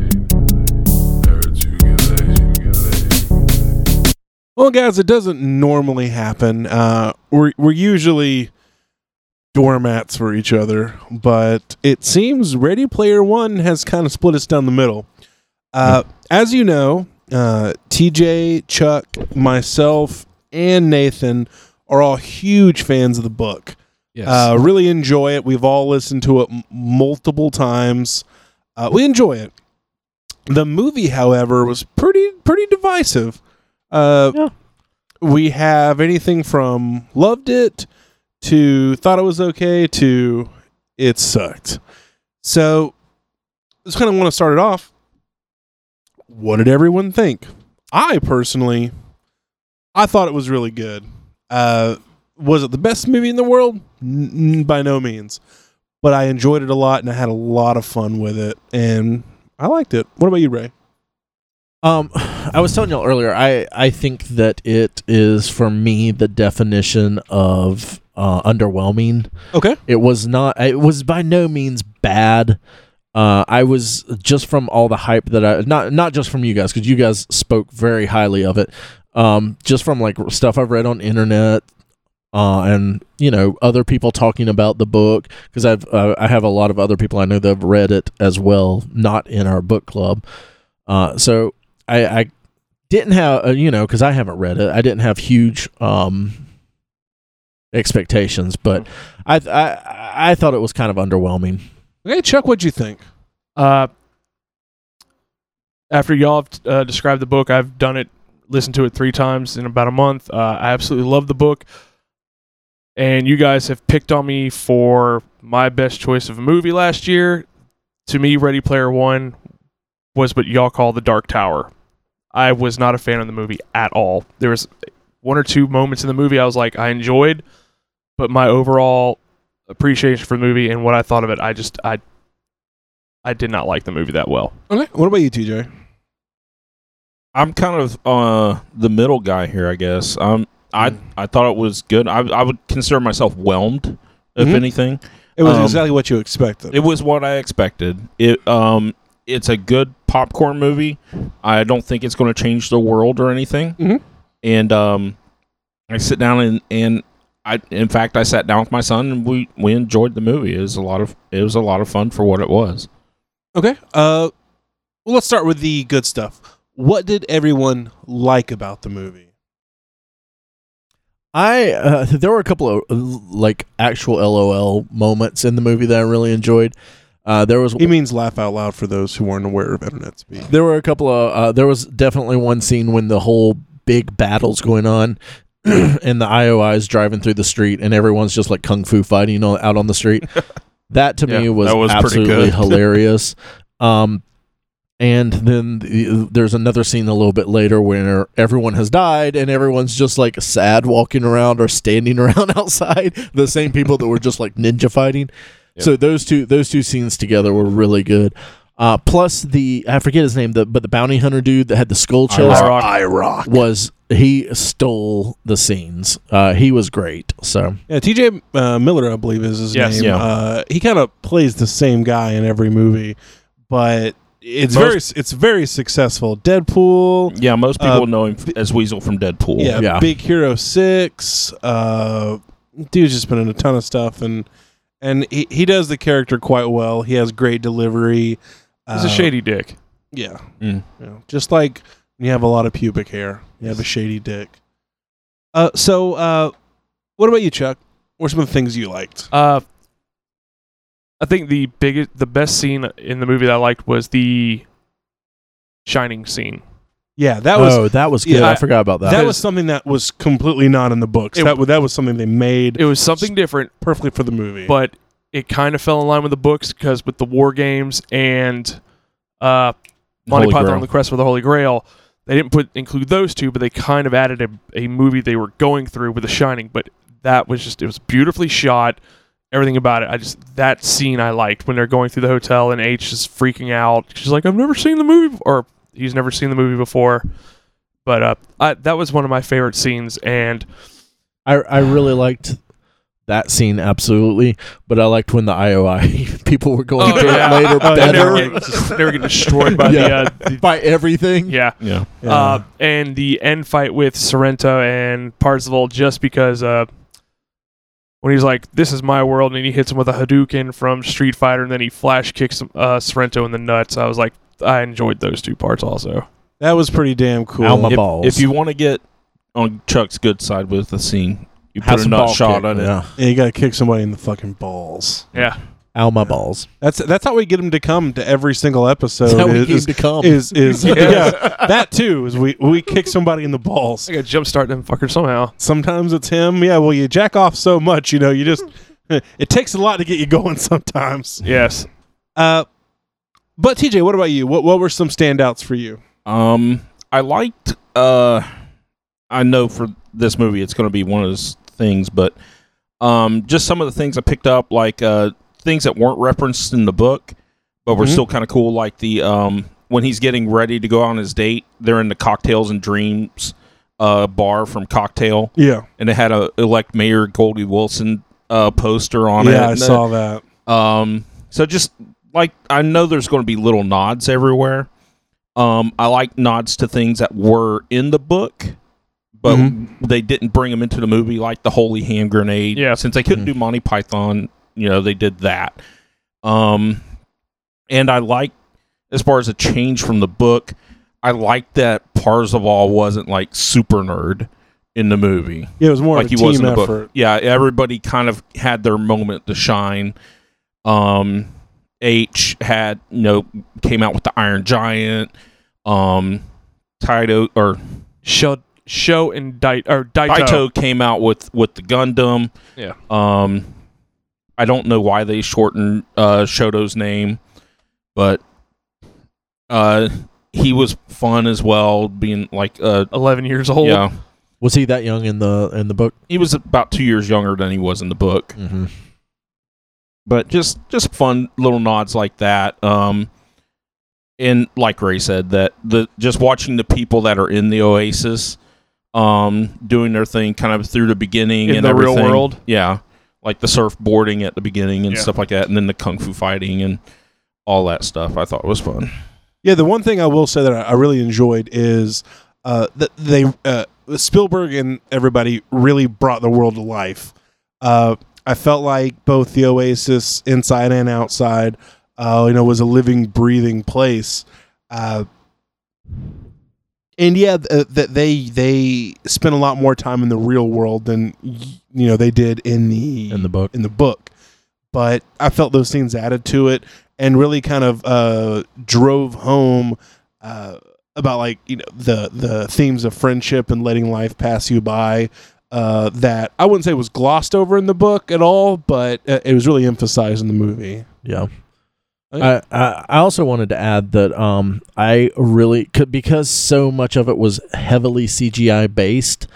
Nerds who get laid, who get laid.
Well, guys, it doesn't normally happen. Uh, we're we're usually doormats for each other, but it seems Ready Player One has kind of split us down the middle. Uh, As you know, uh, TJ, Chuck, myself, and Nathan are all huge fans of the book.
Yes.
Uh, really enjoy it. We've all listened to it m- multiple times. Uh, we enjoy it. The movie, however, was pretty pretty divisive. Uh,
Yeah.
We have anything from loved it to thought it was okay to it sucked. So, just kind of want to start it off. What did everyone think? I personally, I thought it was really good. Uh, was it the best movie in the world? N- n- by no means, but I enjoyed it a lot and I had a lot of fun with it, and I liked it. What about you, Ray?
Um, I was telling y'all earlier. I I think that it is for me the definition of uh, underwhelming.
Okay.
It was not. It was by no means bad. Uh, I was just from all the hype that I not not just from you guys because you guys spoke very highly of it. Um, just from like stuff I've read on internet, uh, and you know other people talking about the book because I've uh, I have a lot of other people I know that have read it as well, not in our book club. Uh, so I, I didn't have uh, you know because I haven't read it. I didn't have huge um expectations, but I th- I I thought it was kind of underwhelming.
Okay, Chuck, what'd you think?
Uh, after y'all have uh, described the book, I've done it listened to it three times in about a month. Uh, I absolutely love the book. And you guys have picked on me for my best choice of a movie last year. To me, Ready Player One was what y'all call the Dark Tower. I was not a fan of the movie at all. There was one or two moments in the movie I was like, I enjoyed, but my overall appreciation for the movie and what I thought of it, I just I I did not like the movie that well.
Okay. What about you, TJ?
I'm kind of uh, the middle guy here, I guess. Um, I I thought it was good. I I would consider myself whelmed, if
Mm-hmm.
Mhm.
anything.
It was
Um,
exactly what you expected.
It was what I expected. It um it's a good popcorn movie. I don't think it's going to change the world or anything.
Mhm.
And um I sit down and and I in fact I sat down with my son and we we enjoyed the movie. It was a lot of it was a lot of fun for what it was.
Okay. Uh, well, let's start with the good stuff. What did everyone like about the movie?
I uh, there were a couple of uh, like actual LOL moments in the movie that I really enjoyed. Uh, there was
He means laugh out loud for those who aren't aware of internet speak.
there were a couple of uh, there was definitely one scene when the whole big battle's going on and the IOI's driving through the street and everyone's just like kung fu fighting on, out on the street. That to me
Yeah,
was,
that was pretty
absolutely
good.
hilarious. Um, and then the, there's another scene a little bit later where everyone has died and everyone's just like sad walking around or standing around outside the same people that were just like ninja fighting. So those two those two scenes together were really good. Uh, plus the I forget his name, the but the bounty hunter dude that had the skull chest
Rock.
was he stole the scenes. Uh, he was great. So
Yeah, TJ uh, Miller, I believe, is his
Yes.
name.
Yeah.
Uh, he kind of plays the same guy in every movie, but it's
Most-
very it's very successful. Deadpool,
Yeah, most
Uh,
people know him as Weasel from Deadpool.
yeah,
Yeah.
Big Hero Six. Uh, dude's just been in a ton of stuff, and and he, he does the character quite well. He has great delivery. Uh, Oh.
He's a shady dick.
Yeah.
Mm.
Yeah. Just like when you have a lot of pubic hair, you have a shady dick. Uh, so, uh, what about you, Chuck? What are some of the things you liked?
Uh, I think the biggest, the best scene in the movie that I liked was the shining scene.
Yeah, that was
oh, that was good.
yeah,
I forgot about that.
that was something that was completely not in the books.
It-
that wa- that was something they made
It was something different,
perfectly for the movie.
but it kind of fell in line with the books because with the war games and uh, Monty
Holy
Python
Grail.
and the Quest for the Holy Grail, they didn't put include those two, but they kind of added a, a movie they were going through with The Shining. But that was just it was beautifully shot. Everything about it, I just that scene I liked when they're going through the hotel and H is freaking out. She's like, "I've never seen the movie," or he's never seen the movie before. But uh, I, that was one of my favorite scenes, and
I I really liked that scene absolutely, but I liked when the IOI people were going
Oh,
through
yeah.
it later
Oh,
they
yeah,
better
never get, they were getting destroyed by the,
Yeah.
uh, the
by everything.
yeah.
Yeah.
Yeah.
Uh, and the end fight with Sorrento and Parzival just because uh, when he's like, "This is my world," and he hits him with a Hadouken from Street Fighter, and then he flash kicks uh, Sorrento in the nuts. I was like, I enjoyed those two parts also.
that was pretty damn cool.
Alma
If,
balls.
if you want to get on Chuck's good side with the scene, you
Have
put a
some
nut
ball
shot
kick.
on it.
Yeah.
Yeah, you gotta kick somebody in the fucking balls.
Yeah,
Ow my balls.
That's that's how we get them to come to every single episode.
That's how we
is-
came
is-
to come.
is is
Yes.
yeah that too is we we kick somebody in the balls.
I got to jumpstart them fuckers somehow.
Sometimes it's him. Yeah, well, you jack off so much, you know, you just it takes a lot to get you going sometimes.
Yes,
Uh, but TJ, what about you? What what were some standouts for you?
Um, I liked. Uh, I know for this movie, it's going to be one of those things, but um, just some of the things I picked up, like uh, things that weren't referenced in the book, but were
Mhm.
still kind of cool, like the um, when he's getting ready to go on his date, they're in the Cocktails and Dreams uh bar from Cocktail,
Yeah,
and it had a elect Mayor Goldie Wilson uh poster on it.
yeah, I
And, uh,
saw that.
um, so just like I know there's going to be little nods everywhere. Um, I like nods to things that were in the book, but
Mhm.
they didn't bring them into the movie, like the holy hand grenade.
Yeah.
since they couldn't do
Mm-hmm.
Monty Python, you know, they did that. Um, and I like as far as a change from the book, I like that Parzival wasn't like super nerd in the movie
Yeah, it was more
like
of
he
a
was
team
in the book.
effort.
Yeah, everybody kind of had their moment to shine. Um, H had you know came out with the Iron Giant. Um, Taito or
show show and dite or Daito.
Baito came out with with the Gundam.
Yeah.
Um, I don't know why they shortened uh, Shoto's name, but uh, he was fun as well, being like uh,
Eleven years old.
yeah,
Was he that young in the in the book?
he was about two years younger than he was in the book.
Mm-hmm.
but just just fun little nods like that um and like ray said that the just watching the people that are in the oasis um doing their thing kind of through the beginning
In
and
the real
everything.
world?
yeah like the surfboarding at the beginning and
Yeah.
stuff like that and then the kung fu fighting and all that stuff i thought was fun
Yeah, the one thing I will say that I I really enjoyed is uh, that they uh, Spielberg and everybody really brought the world to life. Uh, I felt like both the Oasis inside and outside, uh, you know, was a living, breathing place. Uh, and yeah, th- that they they spent a lot more time in the real world than y- you know they did in the
In the book.
in the book. But I felt those things added to it and really kind of uh, drove home uh, about like you know the the themes of friendship and letting life pass you by. Uh, that I wouldn't say was glossed over in the book at all, but uh, it was really emphasized in the movie.
Yeah.
Okay.
I, I I also wanted to add that um I really could because so much of it was heavily CGI based.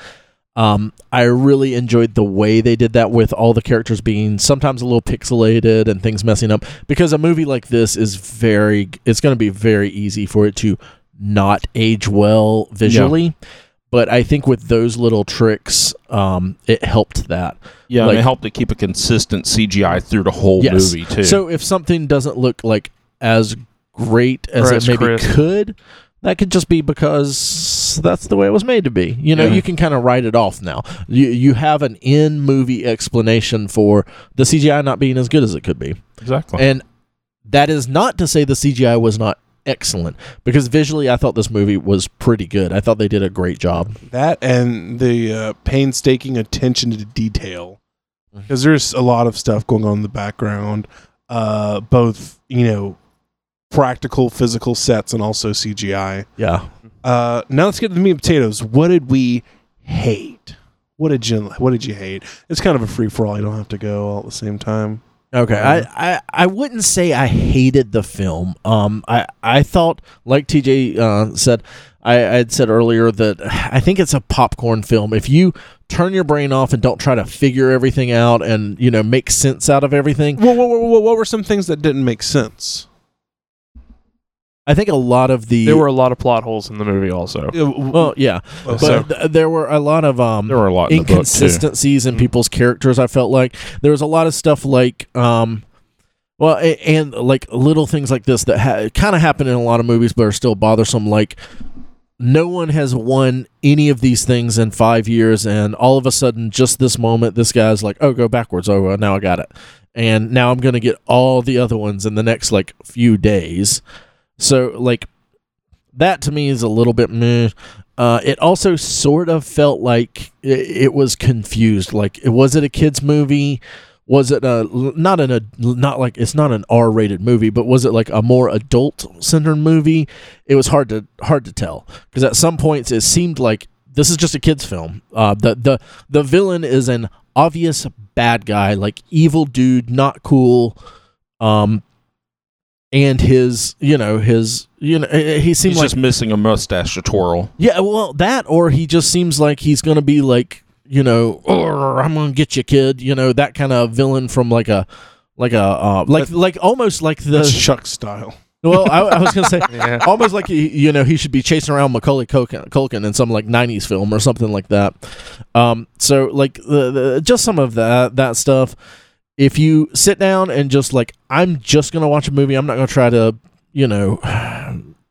Um, I really enjoyed the way they did that with all the characters being sometimes a little pixelated and things messing up because a movie like this is very it's going to be very easy for it to not age well visually. But I think with those little tricks, um, it helped that.
yeah
Like-
and it helped to keep a consistent cgi through the whole
Yes.
movie too
So if something doesn't look like as great as
Or
it
as
maybe
crisp.
could, that could just be because that's the way it was made to be. You know,
Yeah.
you can kind of write it off now. You you have an in movie explanation for the CGI not being as good as it could be,
exactly
and that is not to say the CGI was not excellent because visually I thought this movie was pretty good. I thought they did a great job.
That and the uh, painstaking attention to detail, because there's a lot of stuff going on in the background, uh, both you know, practical physical sets and also CGI.
Yeah.
Uh, now let's get to the meat and potatoes. What did we hate? What did you What did you hate? It's kind of a free for all. You don't have to go all at the same time.
Okay, I,
Uh,
I, I wouldn't say I hated the film. Um, I I thought like TJ uh, said, I, I had said earlier that I think it's a popcorn film. If you turn your brain off and don't try to figure everything out and you know make sense out of everything,
Well, what, what, what were some things that didn't make sense?
I think a lot of the
There were a lot of plot holes in the movie. Also,
Uh,
well yeah, but
so-
th- there were a lot of um
there were a lot in the book too
inconsistencies in people's characters. I felt like there was a lot of stuff like, um, well, a- and like little things like this that ha- kind of happen in a lot of movies, but are still bothersome. Like, no one has won any of these things in five years, and all of a sudden, just this moment, this guy's like, "Oh, go backwards. Oh, well, now I got it, and now I'm gonna get all the other ones in the next like few days." So, like, that to me is a little bit meh. Uh, it also sort of felt like it, it was confused. Like, was it a kids' movie? Was it a not an a not like it's not an R-rated movie, but was it like a more adult-centered movie? It was hard to hard to tell because at some points it seemed like this is just a kids' film. Uh, the the the villain is an obvious bad guy, like evil dude, not cool. Um, and his you know his you know eh, eh, he seemed
he's
like
just missing a mustache tutorial
yeah, well, that or he just seems like he's going to be like, you know, "Arr, I'm going to get you, kid. You know, that kind of villain from like a, like a, uh, like like almost like
That's
the.
Chuck style.
Well, I, I was going to say.
yeah.
Almost like he, you know he should be chasing around Macaulay Culkin, Culkin in some like '90s film or something like that. Um, so like the, the, just some of that that stuff. If you sit down and just like I'm just gonna watch a movie, I'm not gonna try to you know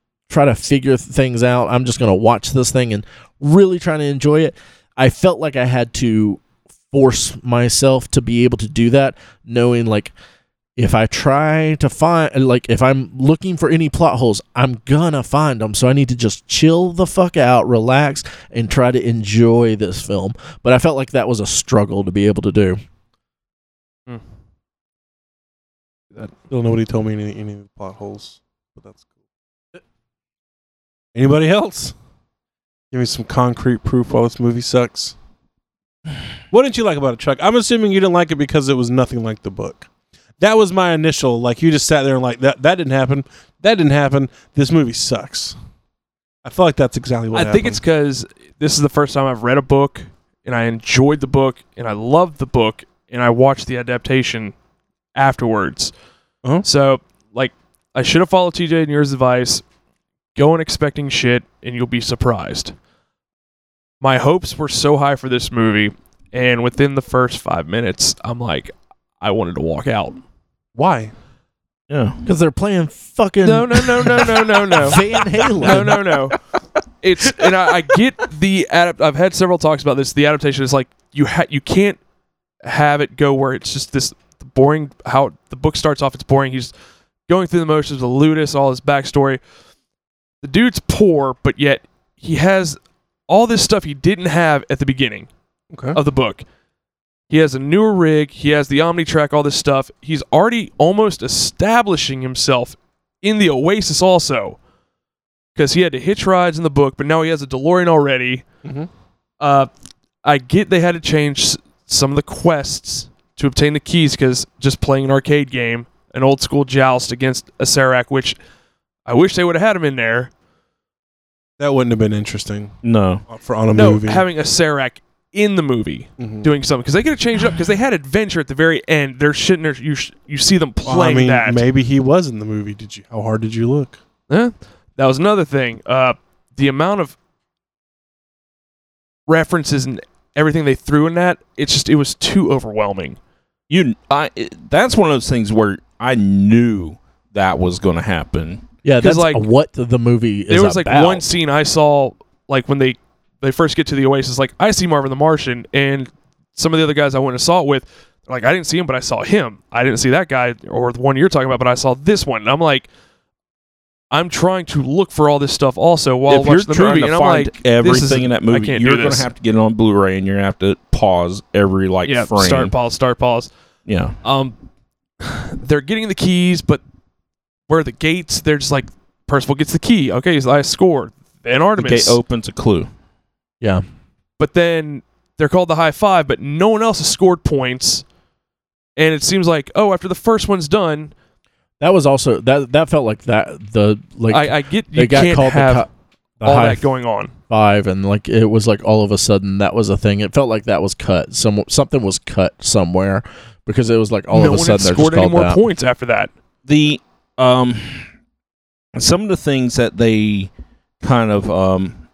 try to figure th- things out. I'm just gonna watch this thing and really try to enjoy it. I felt like I had to force myself to be able to do that, knowing like if I try to find, like, if I'm looking for any plot holes, I'm gonna find them. So I need to just chill the fuck out, relax, and try to enjoy this film. But I felt like that was a struggle to be able to do.
Hmm.
Still nobody told me any, any of the plot holes, but that's cool. Anybody else? Give me some concrete proof while this movie sucks. What didn't you like about it, Chuck? I'm assuming you didn't like it because it was nothing like the book. That was my initial. Like you just sat there and like that. That didn't happen. That didn't happen. This movie sucks. I feel like that's exactly what
I think it's
happened.
because this is the first time I've read a book and I enjoyed the book and I loved the book and I watched the adaptation afterwards.
Uh-huh.
So, like, I should have followed TJ and yours advice. Go in expecting shit and you'll be surprised. My hopes were so high for this movie, and within the first five minutes, I'm like, I wanted to walk out.
why.
Yeah.
because they're playing fucking
No, no, no, no, no, no, no.
Van Halen.
No, no, no. It's and I, I get the adapt. I've had several talks about this. The adaptation is like you ha- you can't have it go where it's just this boring. How the book starts off, it's boring. He's going through the motions of Ludus, all his backstory. The dude's poor, but yet he has all this stuff he didn't have at the beginning
Okay.
of the book. He has a newer rig. He has the Omni Track, all this stuff. He's already almost establishing himself in the Oasis also because he had to hitch rides in the book, but now he has a DeLorean already.
Mhm.
Uh, I get they had to change s- some of the quests to obtain the keys because just playing an arcade game, an old school joust against a Serac, which I wish they would have had him in there.
That wouldn't have been interesting uh,
No.
for on a
no,
movie.
having a Serac in the movie.
Mhm.
doing something because they could have changed it up because they had adventure at the very end. They're shitting there. You sh- you see them playing
Well, I mean,
that.
maybe he was in the movie. Did you? How hard did you look?
Eh? That was another thing. Uh, the amount of references and everything they threw in that, it's just it was too overwhelming.
You I it, that's one of those things where I knew that was going to happen.
Yeah,
'Cause,
that's
like,
like what the movie is.
There was like
about.
one scene I saw like when they they first get to the Oasis, like I see Marvin the Martian and some of the other guys I went and saw it with. Like I didn't see him, but I saw him. I didn't see that guy or the one you're talking about, but I saw this one. And I'm like, I'm trying to look for all this stuff also while
if you're
watching the
trying
movie,
to
and I'm
find
like, this is-
everything in that movie,
can't do
you're going
this.
to have to get it on Blu-ray and you're going to have to pause every like
yeah,
frame.
start pause, start pause.
yeah.
Um, they're getting the keys, but where are the gates? They're just like Percival gets the key. Okay, so I scored. Then
The
Artemis.
gate opens a clue.
Yeah,
but then they're called the high five, but no one else has scored points. And it seems like, oh, after the first one's done,
that was also that. That felt like that. The like
I, I get
they
you
got
can't
called
have
the, co- the
all
high
that going on.
five, and like it was like all of a sudden that was a thing. It felt like that was cut. Some something was cut somewhere because it was like all
no
of a
one
sudden
had
they're
scored
just called
any more
that.
points after that.
the um some of the things that they kind of um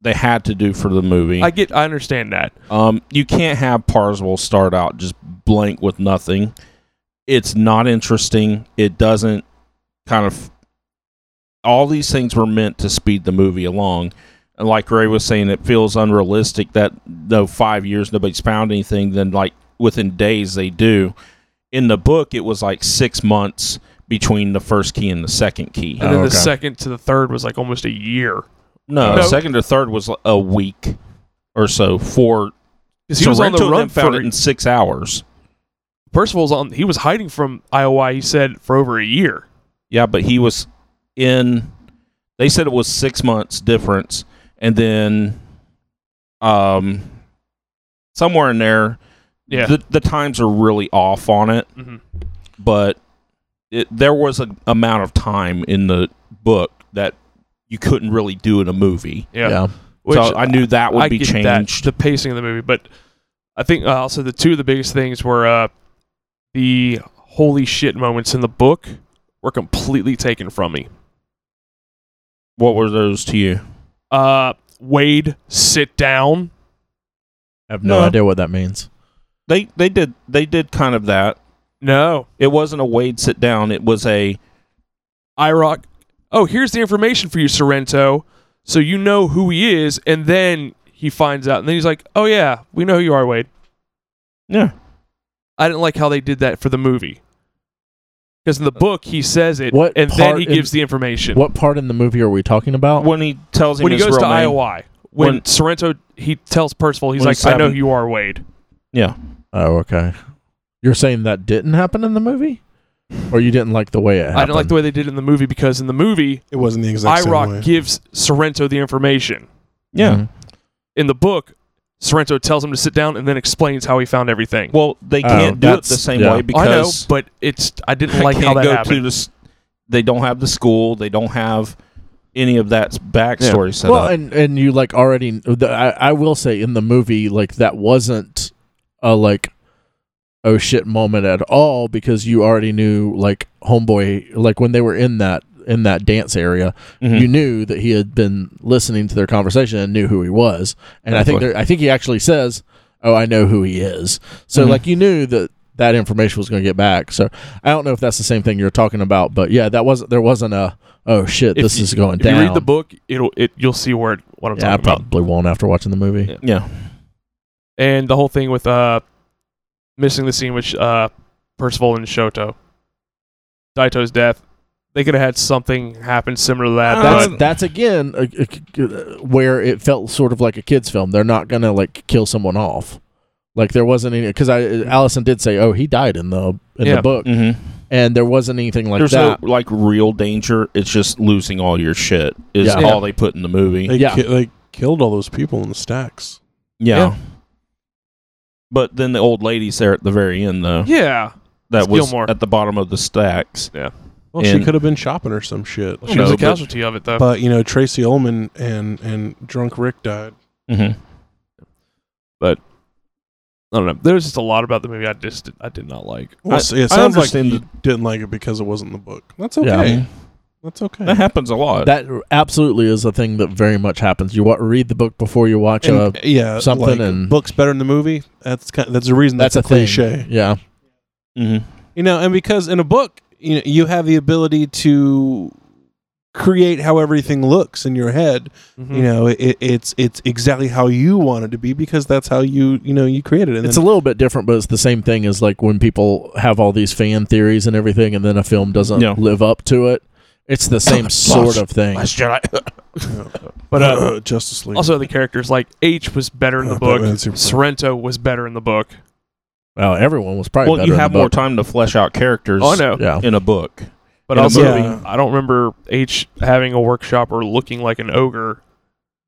they had to do for the movie.
I get, I understand that.
um you can't have Parzival start out just blank with nothing. It's not interesting. It doesn't kind of all these things were meant to speed the movie along. And like Ray was saying, it feels unrealistic that though five years nobody's found anything, then like within days they do. In the book, it was like six months between the first key and the second key.
And then
Oh,
the
okay.
second to the third was like almost a year.
No,
No.
second or third was a week or so for
Because he was on the
Sorrento
run
then found
for,
it in six hours.
Percival's on, he was hiding from IOI, he said, for over a year.
Yeah, but he was in. They said it was six months difference, and then, um, somewhere in there,
Yeah.
the the times are really off on it.
Mhm.
But it, there was an amount of time in the book that you couldn't really do in a movie.
yeah.
yeah.
Which
so I knew that would
I
be
get
changed.
that, the pacing of the movie, but I think uh, also the two of the biggest things were uh, the holy shit moments in the book were completely taken from me.
what were those to you?
Uh, Wade, sit down.
I have no,
No.
idea what that means.
They they did they did kind of that.
No,
It wasn't a Wade sit down. It was a
IROC. Oh, here's the information for you, Sorrento. So you know who he is, and then he finds out, and then he's like, "Oh yeah, we know who you are, Wade."
yeah.
I didn't like how they did that for the movie. Because in the book, he says it,
What
and then
part
he
in-
gives the information.
What part in the movie are we talking about?
When he tells him
when he
his
goes to
real name.
IOI, when,
When-
Sorrento he tells Percival, he's
When
like,
he's
"I know
having-
who you are, Wade."
Yeah.
Oh, okay. You're saying that didn't happen in the movie, or you didn't like the way it happened?
I didn't like the way they did it in the movie because in the movie,
It wasn't the exact same way.
IROC gives Sorrento the information.
Yeah.
Mhm.
In the book, Sorrento tells him to sit down and then explains how he found everything.
Well, they
Oh,
can't do it the
that's-
same
yeah. I
way
know,
because
I know, but it's I didn't
I
like how
can't
that
go
happened.
to this. They don't have the school. They don't have any of that backstory set
well,
up.
and and you like already. The, I, I will say in the movie, like that wasn't a like oh shit moment at all because you already knew like homeboy like when they were in that in that dance area
Mhm.
Hmm.
you knew that he had been listening to their conversation and knew who he was and i think
Definitely.
there, i think he actually says oh i know who he is so
Hmm.
Mhm.
like you knew that that information was going to get back so i don't know if that's the same thing you're talking about but yeah that wasn't there wasn't a oh shit
If
this
you-
is going
if
down
you read the book, it'll it you'll see where it, what I'm
yeah, I
talking about.
probably won't after watching the movie.
Yeah.
yeah.
And the whole thing with uh missing the scene with uh Percival and Shoto. Daito's death. They could have had something happen similar to that.
Uh,
That's
but
that's again a, a- where it felt sort of like a kids film. They're not gonna like kill someone off. Like there wasn't any because I Allison did say, "Oh, he died in the in
Yeah. Hmm.
the book,"
Mm-hmm.
and there wasn't anything like
There's
that.
no like real danger. It's just losing all your shit is
Yeah.
all they put in the movie.
They,
Yeah.
ki- they killed all those people in the stacks.
yeah.
Yeah.
But then the old lady's there at the very end though.
yeah.
that
it's
was
Gilmore.
at the bottom of the stacks.
Well,
And-
she could have been shopping or some shit.
She was
No,
a
but-
casualty of it though.
But you know, Tracy Ullman and and drunk Rick died.
Mm-hmm.
I don't know. There's just a lot about the movie I just did, I did not like.
Well,
I-
see, it
I
sounds like
understand
you didn't like it because it wasn't in the book. That's okay.
Yeah. Mm-hmm.
That's okay.
That happens a lot.
That absolutely is a thing that very much happens. You wa- read the book before you watch
And,
a.
Uh, yeah,
uh, something
like,
and-
books better than the movie. That's kind that's the reason.
That's,
That's,
a, thing.
a cliche.
Yeah,
mm-hmm.
You know, and because in a book, you know, you have the ability to create how everything looks in your head.
Mhm.
You know, it, it's it's exactly how you want it to be because that's how you you know you created it. And
it's a
then-
little bit different, but it's the same thing as like when people have all these fan theories and everything, and then a film doesn't
Yeah.
live up to it. It's the same sort of thing.
But uh,
Justice League.
also the characters like H was better in the
Uh,
book.
Batman and Superman.
Sorrento was better in the book.
Well, everyone was probably
Well,
better
you
in the
have more
book.
time to flesh out characters
Oh, I know.
Yeah,
in a book.
But
In a
also,
movie.
I don't remember H having a workshop or looking like an ogre.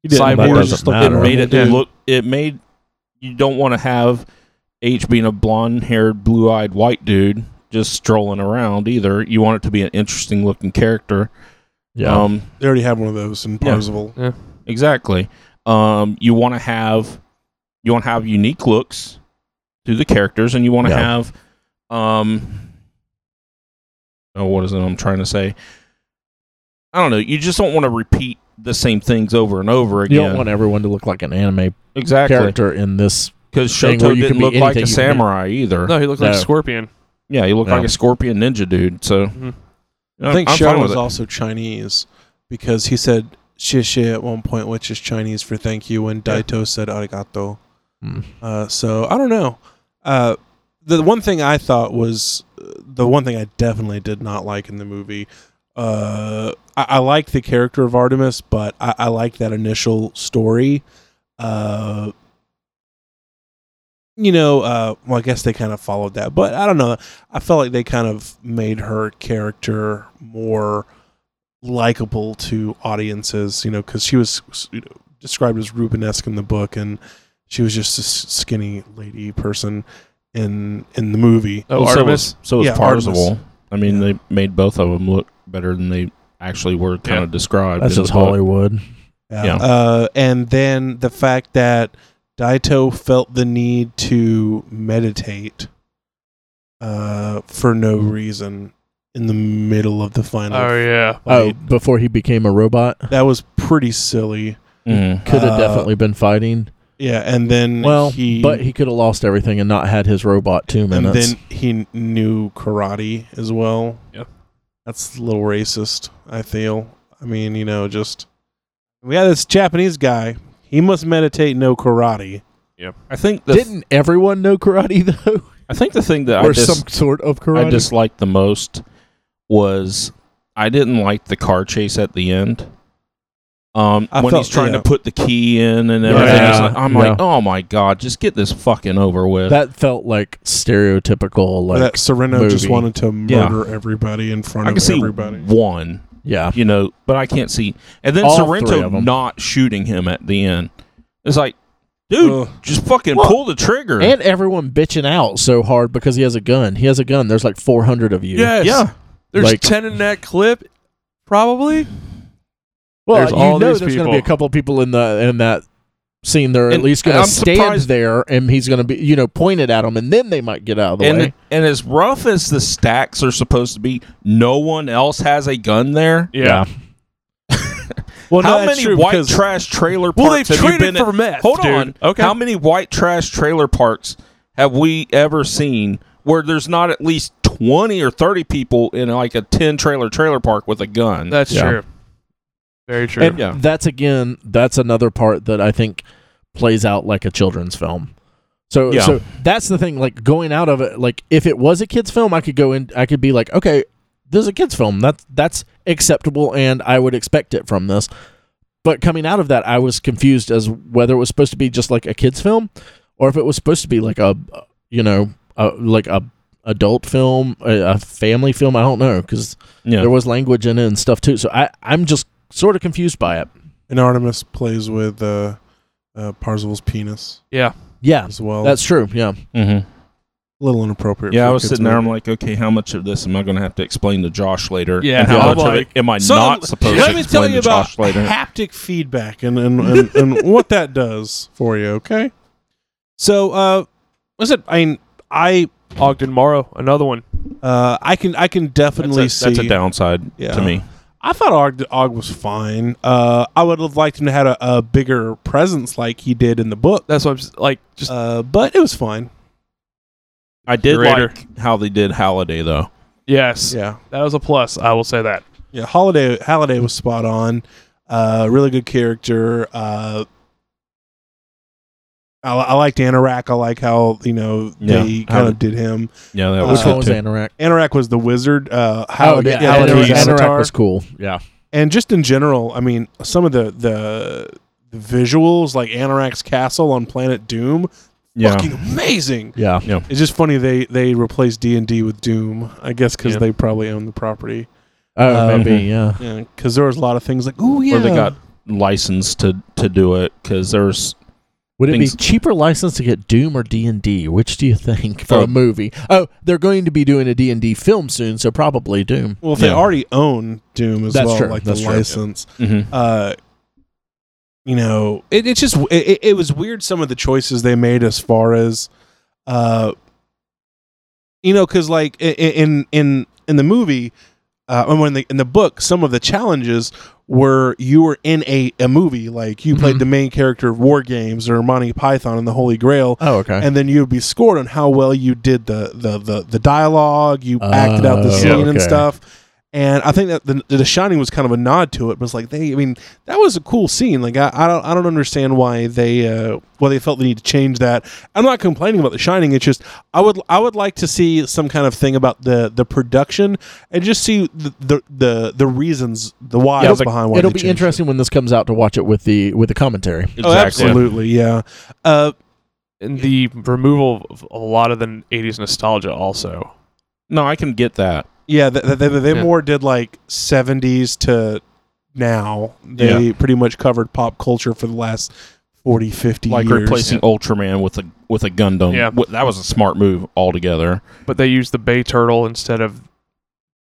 He didn't,
Cyborg
but it
doesn't
just
It
matter.
normal
made it
dude.
look. It made you don't want to have H being a blonde-haired, blue-eyed white dude just strolling around either. You want it to be an interesting-looking character.
yeah.
Um,
They already have one of those in
Yeah.
Parzival.
exactly. Um, you want to have you want to have unique looks to the characters, and you want to
Yeah.
have um, oh, what is it I'm trying to say? I don't know. You just don't want to repeat the same things over and over
you
again.
don't want everyone to look like an anime
exactly
character in this.
because
thing where
Shoto
you can
didn't
be
look
anything
like a
you can be.
samurai either.
No, he looked like
No.
a scorpion.
Yeah, you look
Yeah.
like a scorpion ninja dude. So
Mm-hmm.
Mhm.
I'm-
I think
I'm
Sharon
fine with
was
it.
also Chinese because he said "shia shia" at one point, which is Chinese for thank you, and
Yeah.
Daito said "arigato."
Hmm.
Mm.
Uh, so I don't know. Uh, the one thing I thought was uh, the one thing I definitely did not like in the movie. Uh, I, I liked the character of Artemis, but I, I liked that initial story. Uh, you know, uh, well, I guess they kind of followed that, but I don't know. I felt like they kind of made her character more likable to audiences, you know, because she was you know, described as Rubenesque in the book, and she was just a s- skinny lady person in in the movie.
Oh,
Well, so
Artemis.
was- So was
Yeah,
Parzival.
Artemis.
I mean, they made both of them look better than they actually were kind
Yeah.
of described.
That's
in
just
the book.
Hollywood.
Yeah.
Uh, and then the fact that Daito felt the need to meditate uh, for no
Mm-hmm.
reason in the middle of the final.
Oh yeah.
Oh,
fight.
before he became a robot,
that was pretty silly.
Mhm.
could have
Uh,
definitely been fighting.
Yeah, and then
Well,
he,
but he could have lost everything and not had his robot two
and
minutes.
then he knew karate as well.
Yep.
that's a little racist. I feel. I mean, you know, just we had this Japanese guy. He must meditate, no karate.
I think the
Didn't everyone know karate though,
I think the thing that I
or
dis-
some sort of karate?
I disliked the most was I didn't like the car chase at the end. Um,
I
when
felt-
he's trying
yeah.
to put the key in and
Yeah.
everything, it's
Yeah.
like- I'm like, oh my god, just get this fucking over with.
that felt like stereotypical. Like
that Sereno just
movie.
wanted to
Yeah.
murder everybody in front
I
of
can see
everybody.
one
Yeah.
you know, but I can't see. And then
All three
Sorrento
of 'em.
not shooting him at the end. It's like, dude,
Ugh.
just fucking
Well,
pull the trigger.
And everyone bitching out so hard because he has a gun. He has a gun. There's like 400 of you.
Yes.
yeah,
There's
Like-
10 in that clip, probably.
Well,
There's
you
all
know
these
there's going to be a
people.
couple of people in the in that scene. They're at
And
least going
I'm
to stand
surprised-
there, and he's going to be you know pointed at them, and then they might get out of the
and
way.
and as rough as the stacks are supposed to be, no one else has a gun there.
Yeah.
Well, no,
How
that's
many
true
white
because-
trash trailer parks
Well, they've
have you been
traded
in-
for meth.
Hold
dude.
on.
Okay.
How many white trash trailer parks have we ever seen where there's not at least 20 or 30 people in like a 10 trailer trailer park with a gun?
That's
Yeah.
true. Very true.
And
Yeah.
that's again, that's another part that I think plays out like a children's film. So,
Yeah.
so that's the thing. Like going out of it, like if it was a kids' film, I could go in. I could be like, okay, this is a kids' film. That's that's acceptable, and I would expect it from this. But coming out of that, I was confused as whether it was supposed to be just like a kids' film, or if it was supposed to be like a, you know, a, like a adult film, a, a family film. I don't know because
yeah.
there was language in it and stuff too. So I, I'm just sort of confused by it.
and Artemis plays with uh, uh, Parzival's penis
yeah.
Yeah,
as well.
that's true. Yeah,
Mhm.
a little inappropriate.
Yeah,
for
I
a
was
kid's
sitting there. I'm
movie.
like, okay, how much of this am I going to have to explain to Josh later?
Yeah,
and how
I'm
much of
like,
it am I
Son,
not supposed
let
to
me
explain
tell you
to
about
Josh later?
haptic feedback and and, and, and what that does for you. Okay, so uh, was it? I mean, I
Ogden Morrow, another one.
uh, I can I can
That's
definitely
a, that's
see.
a downside
Yeah.
to me.
I thought Og, Og was fine. Uh, I would have liked him to have had a, a bigger presence like he did in the book.
That's what I'm s- like. Just
Uh, but it was fine.
I did
Greater.
like how they did Halliday though.
yes,
Yeah,
that was a plus. I will say that.
yeah. Holiday Halliday was spot on. Uh, really good character. Uh, I, I liked Anorak. I like how you know they
Yeah.
kind of did him.
Yeah, that
Uh,
which
was
Which
one
good
was
too.
Anorak?
Anorak was the wizard. Uh, Halliday,
oh, yeah,
Halliday
Anorak,
was
Anorak
Avatar.
was cool. Yeah,
and just in general, I mean, some of the the, the visuals like Anorak's castle on Planet Doom,
Yeah,
fucking amazing.
yeah.
It's just funny they they replaced D and D with Doom, I guess, because
Yeah.
they probably own the property.
Oh,
Um,
maybe. Yeah,
Yeah, because there was a lot of things like, oh yeah,
where they got licensed to to do it because there's
would it be
things-
cheaper license to get Doom or D and D? Which do you think for
Oh.
a movie? Oh, they're going to be doing a D and D film soon, so probably Doom.
well, if they
Yeah.
already own Doom as
That's
well,
true.
like the
That's true.
license. Uh, you know, it, it's just it, it- it was weird some of the choices they made as far as, uh, you know, because like i- i- in in in the movie, uh, and when the in the book, some of the challenges were you were in a a movie, like you played
Mhm.
the main character of War Games or Monty Python and the Holy Grail.
Oh, okay.
and then you'd be scored on how well you did the the the, the dialogue, you acted out the
Oh,
scene
okay.
and stuff. And I think that the, the Shining was kind of a nod to it, but it's like they, I mean, that was a cool scene. Like I, I don't, I don't understand why they, uh, why they felt the need to change that. I'm not complaining about the Shining. It's just I would, I would like to see some kind of thing about the the production and just see the the the, the reasons, the why
It'll-
behind why
it'll
they
be
changed it.
interesting when this comes out to watch it with the with the commentary.
exactly.
Oh, absolutely, yeah. Uh,
And the removal of a lot of the 80s nostalgia, also.
No, I can get that.
Yeah, th th- they, they
Yeah.
more did like 70s to now. They pretty much covered pop culture for the last 40, 50
Like
years.
replacing Ultraman with a with a Gundam.
Yeah.
Wh- that was a smart move altogether.
But they used the Bay Turtle instead of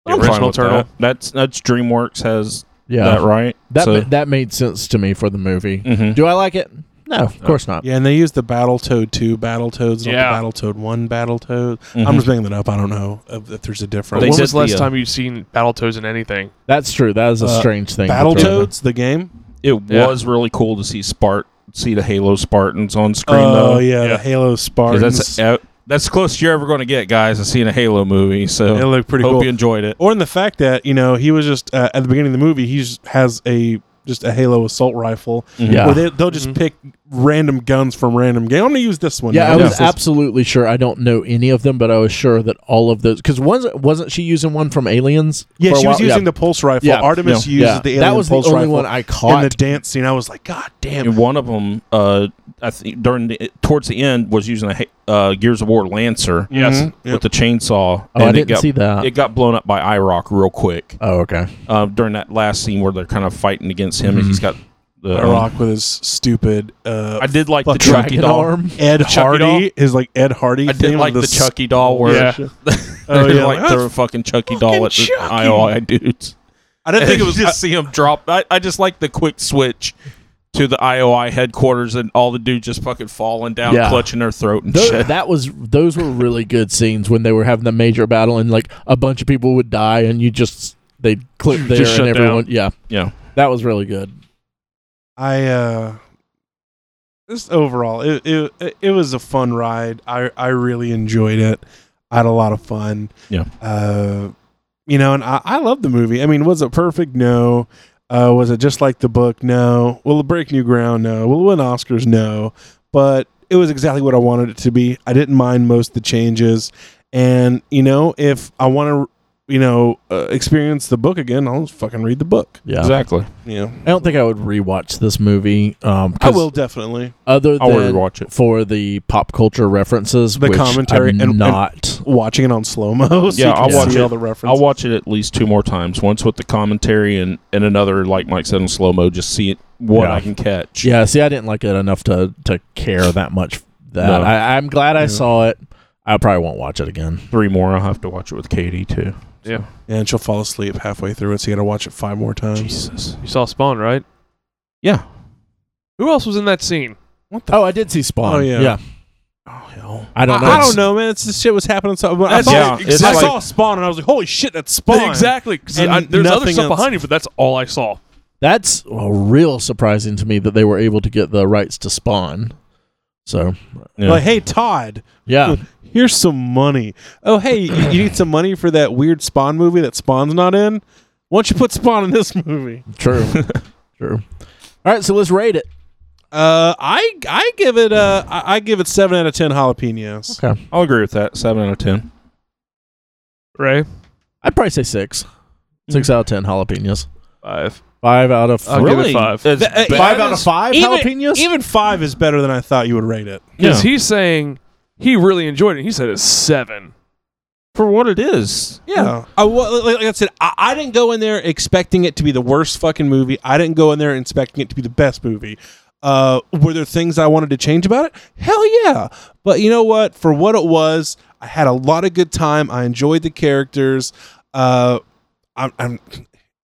the
I'm fine
original
with
Turtle.
that. That's that's DreamWorks has
Yeah,
that right.
that
So-
ma- that made sense to me for the movie.
Mhm.
Do I like it? No, of course not.
Yeah, and they used the Battletoad 2 Battletoads, not
Yeah.
the Battletoad 1 Battletoad.
Mhm.
I'm just making that up. I don't know if, if there's a difference.
They
when
did
was the last
the, uh,
time you'd seen Battletoads in anything?
That's true. That is a
Uh,
strange thing. to throw in there.
Battletoads, the game?
It
Yeah.
was really cool to see Spart see the Halo Spartans on screen
Oh,
though.
yeah,
Yeah.
the Halo
'Cause
Spartans.
That's uh, that's the closest you're ever going to get, guys, to seeing a Halo movie. So
it looked pretty
hope
cool. Oh,
you enjoyed it.
or in the fact that, you know, he was just, uh, at the beginning of the movie, he just has a. Just a Halo assault rifle.
Yeah.
Where they, they'll just
Mhm.
pick random guns from random game. I'm gonna use this one.
Yeah, I
now.
was
This-
absolutely sure. I don't know any of them, but I was sure that all of those because wasn't wasn't she using one from Aliens?
Yeah,
for a
she was
while?
using the pulse rifle.
Yeah.
Artemis
Yeah.
uses
Yeah.
the alien
that was the
pulse
only
rifle
one I
in the
caught.
dance scene. I was like, God damn!
And one of them, uh, I think during the, towards the end was using a uh, Gears of War Lancer
Yes.
Mhm. Yep.
with the chainsaw.
Oh, I
and it
didn't
got-
see that.
It got blown up by IROC real quick
oh, okay.
uh, during that last scene where they're kind of fighting against him and he's
Mm-hmm.
got
uh,
the um,
I rock with his stupid uh,
I did like the
Fucking
Chucky doll.
Ed
Chucky
Hardy. Is like Ed Hardy.
I did
thing
like the,
with
Chucky doll where
Yeah.
Oh,
they're
yeah.
like
That's
throwing a fucking Chucky doll at the
fucking Chucky.
IOI dudes.
I didn't
I
think it was.
just see him drop. I, I just like the quick switch to the IOI headquarters and all the dudes just fucking falling down,
Yeah.
clutching their throat and
Tho-
shit.
that was those were really good scenes when they were having the major battle and like a bunch of people would die and you just they clip there
Just
and
shut
everyone yeah
Yeah.
that was really good.
I uh just overall it it it was a fun ride. I I really enjoyed it. I had a lot of fun.
Yeah.
Uh you know, and I, I love the movie. I mean, was it perfect? No. Uh was it just like the book? No. Will it break new ground? No. Will it win Oscars? No. But it was exactly what I wanted it to be. I didn't mind most of the changes. And, you know, if I want to, you know, uh, experience the book again, I'll just fucking read the book.
Yeah.
Exactly.
You know,
I don't think I would rewatch this movie um
I
'cause
will definitely.
other
I
than
want to rewatch it.
for the pop culture references
The
which
commentary
I'm
and- and-
not
watching it on slow mo. So
Yeah,
you can
I'll
see
watch it.
all the references.
I'll watch it at least two more times. Once with the commentary and, and another, like Mike said, in slow mo, just see it, what
Yeah.
I can catch.
Yeah, see, I didn't like it enough to to care that much. That
No.
I, I'm glad I
Yeah.
saw it. I probably won't watch it again.
Three more. I'll have to watch it with Katie, too.
and she'll fall asleep halfway through it, so you got to watch it five more times.
Jesus.
You saw Spawn, right?
Yeah.
Who else was in that scene?
Oh, I did see Spawn.
Oh, yeah.
yeah.
Oh, hell.
I
I,
don't know.
I don't know, man. It's this shit was happening. So I,
That's-
thought,
yeah, it's
I
like-
saw Spawn, and I was like, "Holy shit, that's Spawn!"
Exactly. 'cause
And
I- there's other
nothing
stuff
else.
behind you, but that's all I saw.
That's uh, real surprising to me that they were able to get the rights to Spawn. So
Yeah.
Like, hey, Todd,
yeah,
here's some money. Oh, hey, you, you need some money for that weird Spawn movie that Spawn's not in? Why don't you put Spawn in this movie?
true, true. All right, so let's rate it.
Uh, I I give it uh I, I give it seven out of ten jalapenos.
Okay,
I'll agree with that. Seven out of ten.
Ray?
I'd probably say six, six
Mm.
out of ten jalapenos,
Five.
five out of
I'll give it five.
That's
Th- uh,
bad.
five out of five
Even-
jalapenos.
Even five is better than I thought you would rate it.
Yeah.
Because he's saying he really enjoyed it. He said it's seven.
for what it is.
Yeah. I, wa- like, like I said, I, I didn't go in there expecting it to be the worst fucking movie. I didn't go in there expecting it to be the best movie. Uh, were there things I wanted to change about it? Hell yeah. But you know what? For what it was, I had a lot of good time. I enjoyed the characters. Uh, I'm, I'm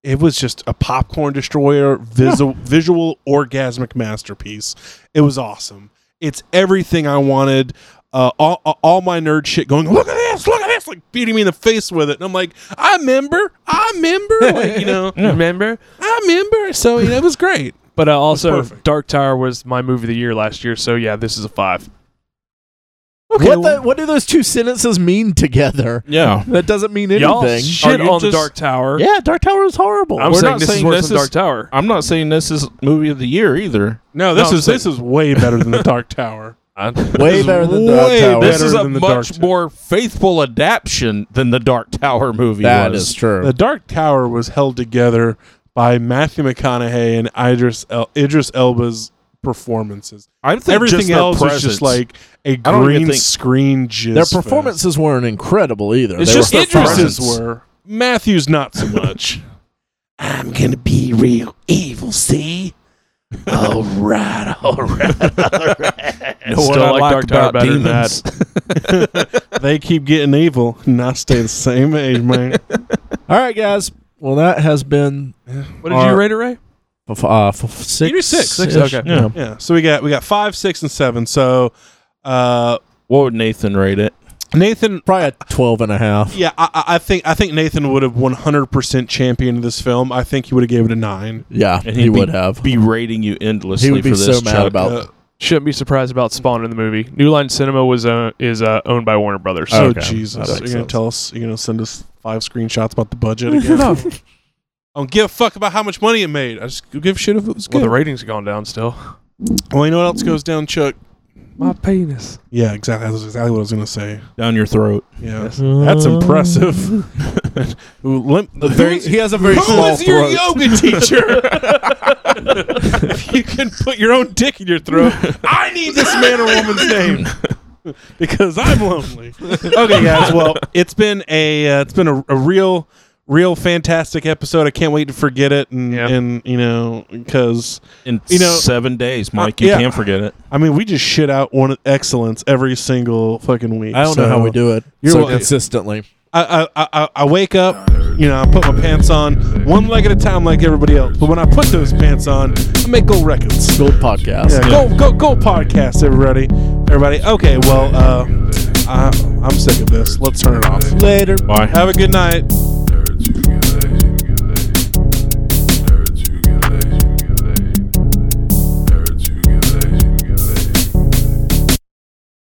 it was just a popcorn destroyer visual visual orgasmic masterpiece. It was awesome. It's everything I wanted. Uh, all, all- all my nerd shit going, look at this, look at this, like beating me in the face with it. And I'm like, I remember, I remember, like, you know,
Remember?
I remember. So, you know, it was great.
But uh, also,
perfect.
Dark Tower was my movie of the year last year. So yeah, this is a five.
what the, what do those two sentences mean together?
Yeah.
That doesn't mean anything.
Y'all shit
Are you
on the
just-
Dark Tower.
yeah, Dark Tower was horrible.
I'm
We're
saying
not
this
saying
is worse
this
than
is-
Dark Tower.
I'm not saying this is movie of the year either.
No,
this
this
No,
is
is- I'm
this is way better than the Dark Tower.
way better than Dark
way
Tower.
better
This is a
than the Dark
much
Tower.
more faithful adaptation than the Dark Tower movie
That
was.
is true.
The Dark Tower was held together by Matthew McConaughey and Idris El- Idris Elba's performances.
I think
Everything
just their
else is
presence.
just like a
I don't even
green
think-
screen jizz.
Their
fest.
performances weren't incredible either.
It's
They
just
were
their
Idris's
presence.
were. Matthew's not so much. I'm gonna be real evil, see? all right, all right.
know
Still
what I
like
like
Dark Tower
about
better than
demons.
they keep getting evil, and I stay the same age, man.
All right, guys. Well, that has been
What did
Are-
you rate it, Ray?
f- uh, f- f- six.
did six. Six,
ish.
okay.
Yeah.
Yeah, so we got we got five, six, and seven. So, uh,
What would Nathan rate it?
Nathan
Probably a 12 and a half.
Yeah, I, I- I think I think Nathan would have 100% championed this film. I think he would have gave it a nine.
Yeah,
And
he
he'd be-
would have.
Be rating you endlessly
He would be
for this.
so mad
Chuck.
about
Uh,
Shouldn't be surprised about Spawn in the movie. New Line Cinema was uh, is uh, owned by Warner Brothers.
oh
okay.
Jesus!
That
You're
makes
gonna
sense.
tell us? You're gonna send us five screenshots about the budget again? I don't give a fuck about how much money it made. I just give a shit if it was
well,
good.
the
Well,
ratings have gone down still.
you know what else goes down, Chuck?
My penis.
Yeah, exactly. That's exactly what I was gonna say.
down your throat.
Yeah, that's impressive. Who limp-
A very- he has a very
Who
small
is your
throat.
yoga teacher? if you can put your own dick in your throat, I need this man or woman's name because I'm lonely. Okay, guys. Well, it's been a uh, it's been a, a real real fantastic episode. I can't wait to forget it and
Yeah.
and you know because
In
You know-
seven days, Mike,
Uh,
you
yeah.
can't forget it.
I mean we just shit out one excellence every single fucking week.
I don't know
so-
how we do it
You're
so
welcome.
consistently.
I, I, I, I wake up, you know, I put my pants on one leg at a time like everybody else. But when I put those pants on, I make gold records.
Gold podcast.
Yeah, Go, go, go podcast, everybody. Everybody. Okay, well, uh, I, I'm sick of this. Let's turn it off.
Later.
Bye.
Have a good night.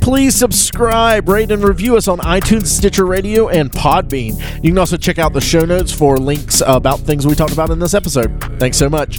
Please subscribe, rate, and review us on iTunes, Stitcher Radio, and Podbean. You can also check out the show notes for links about things we talked about in this episode. Thanks so much.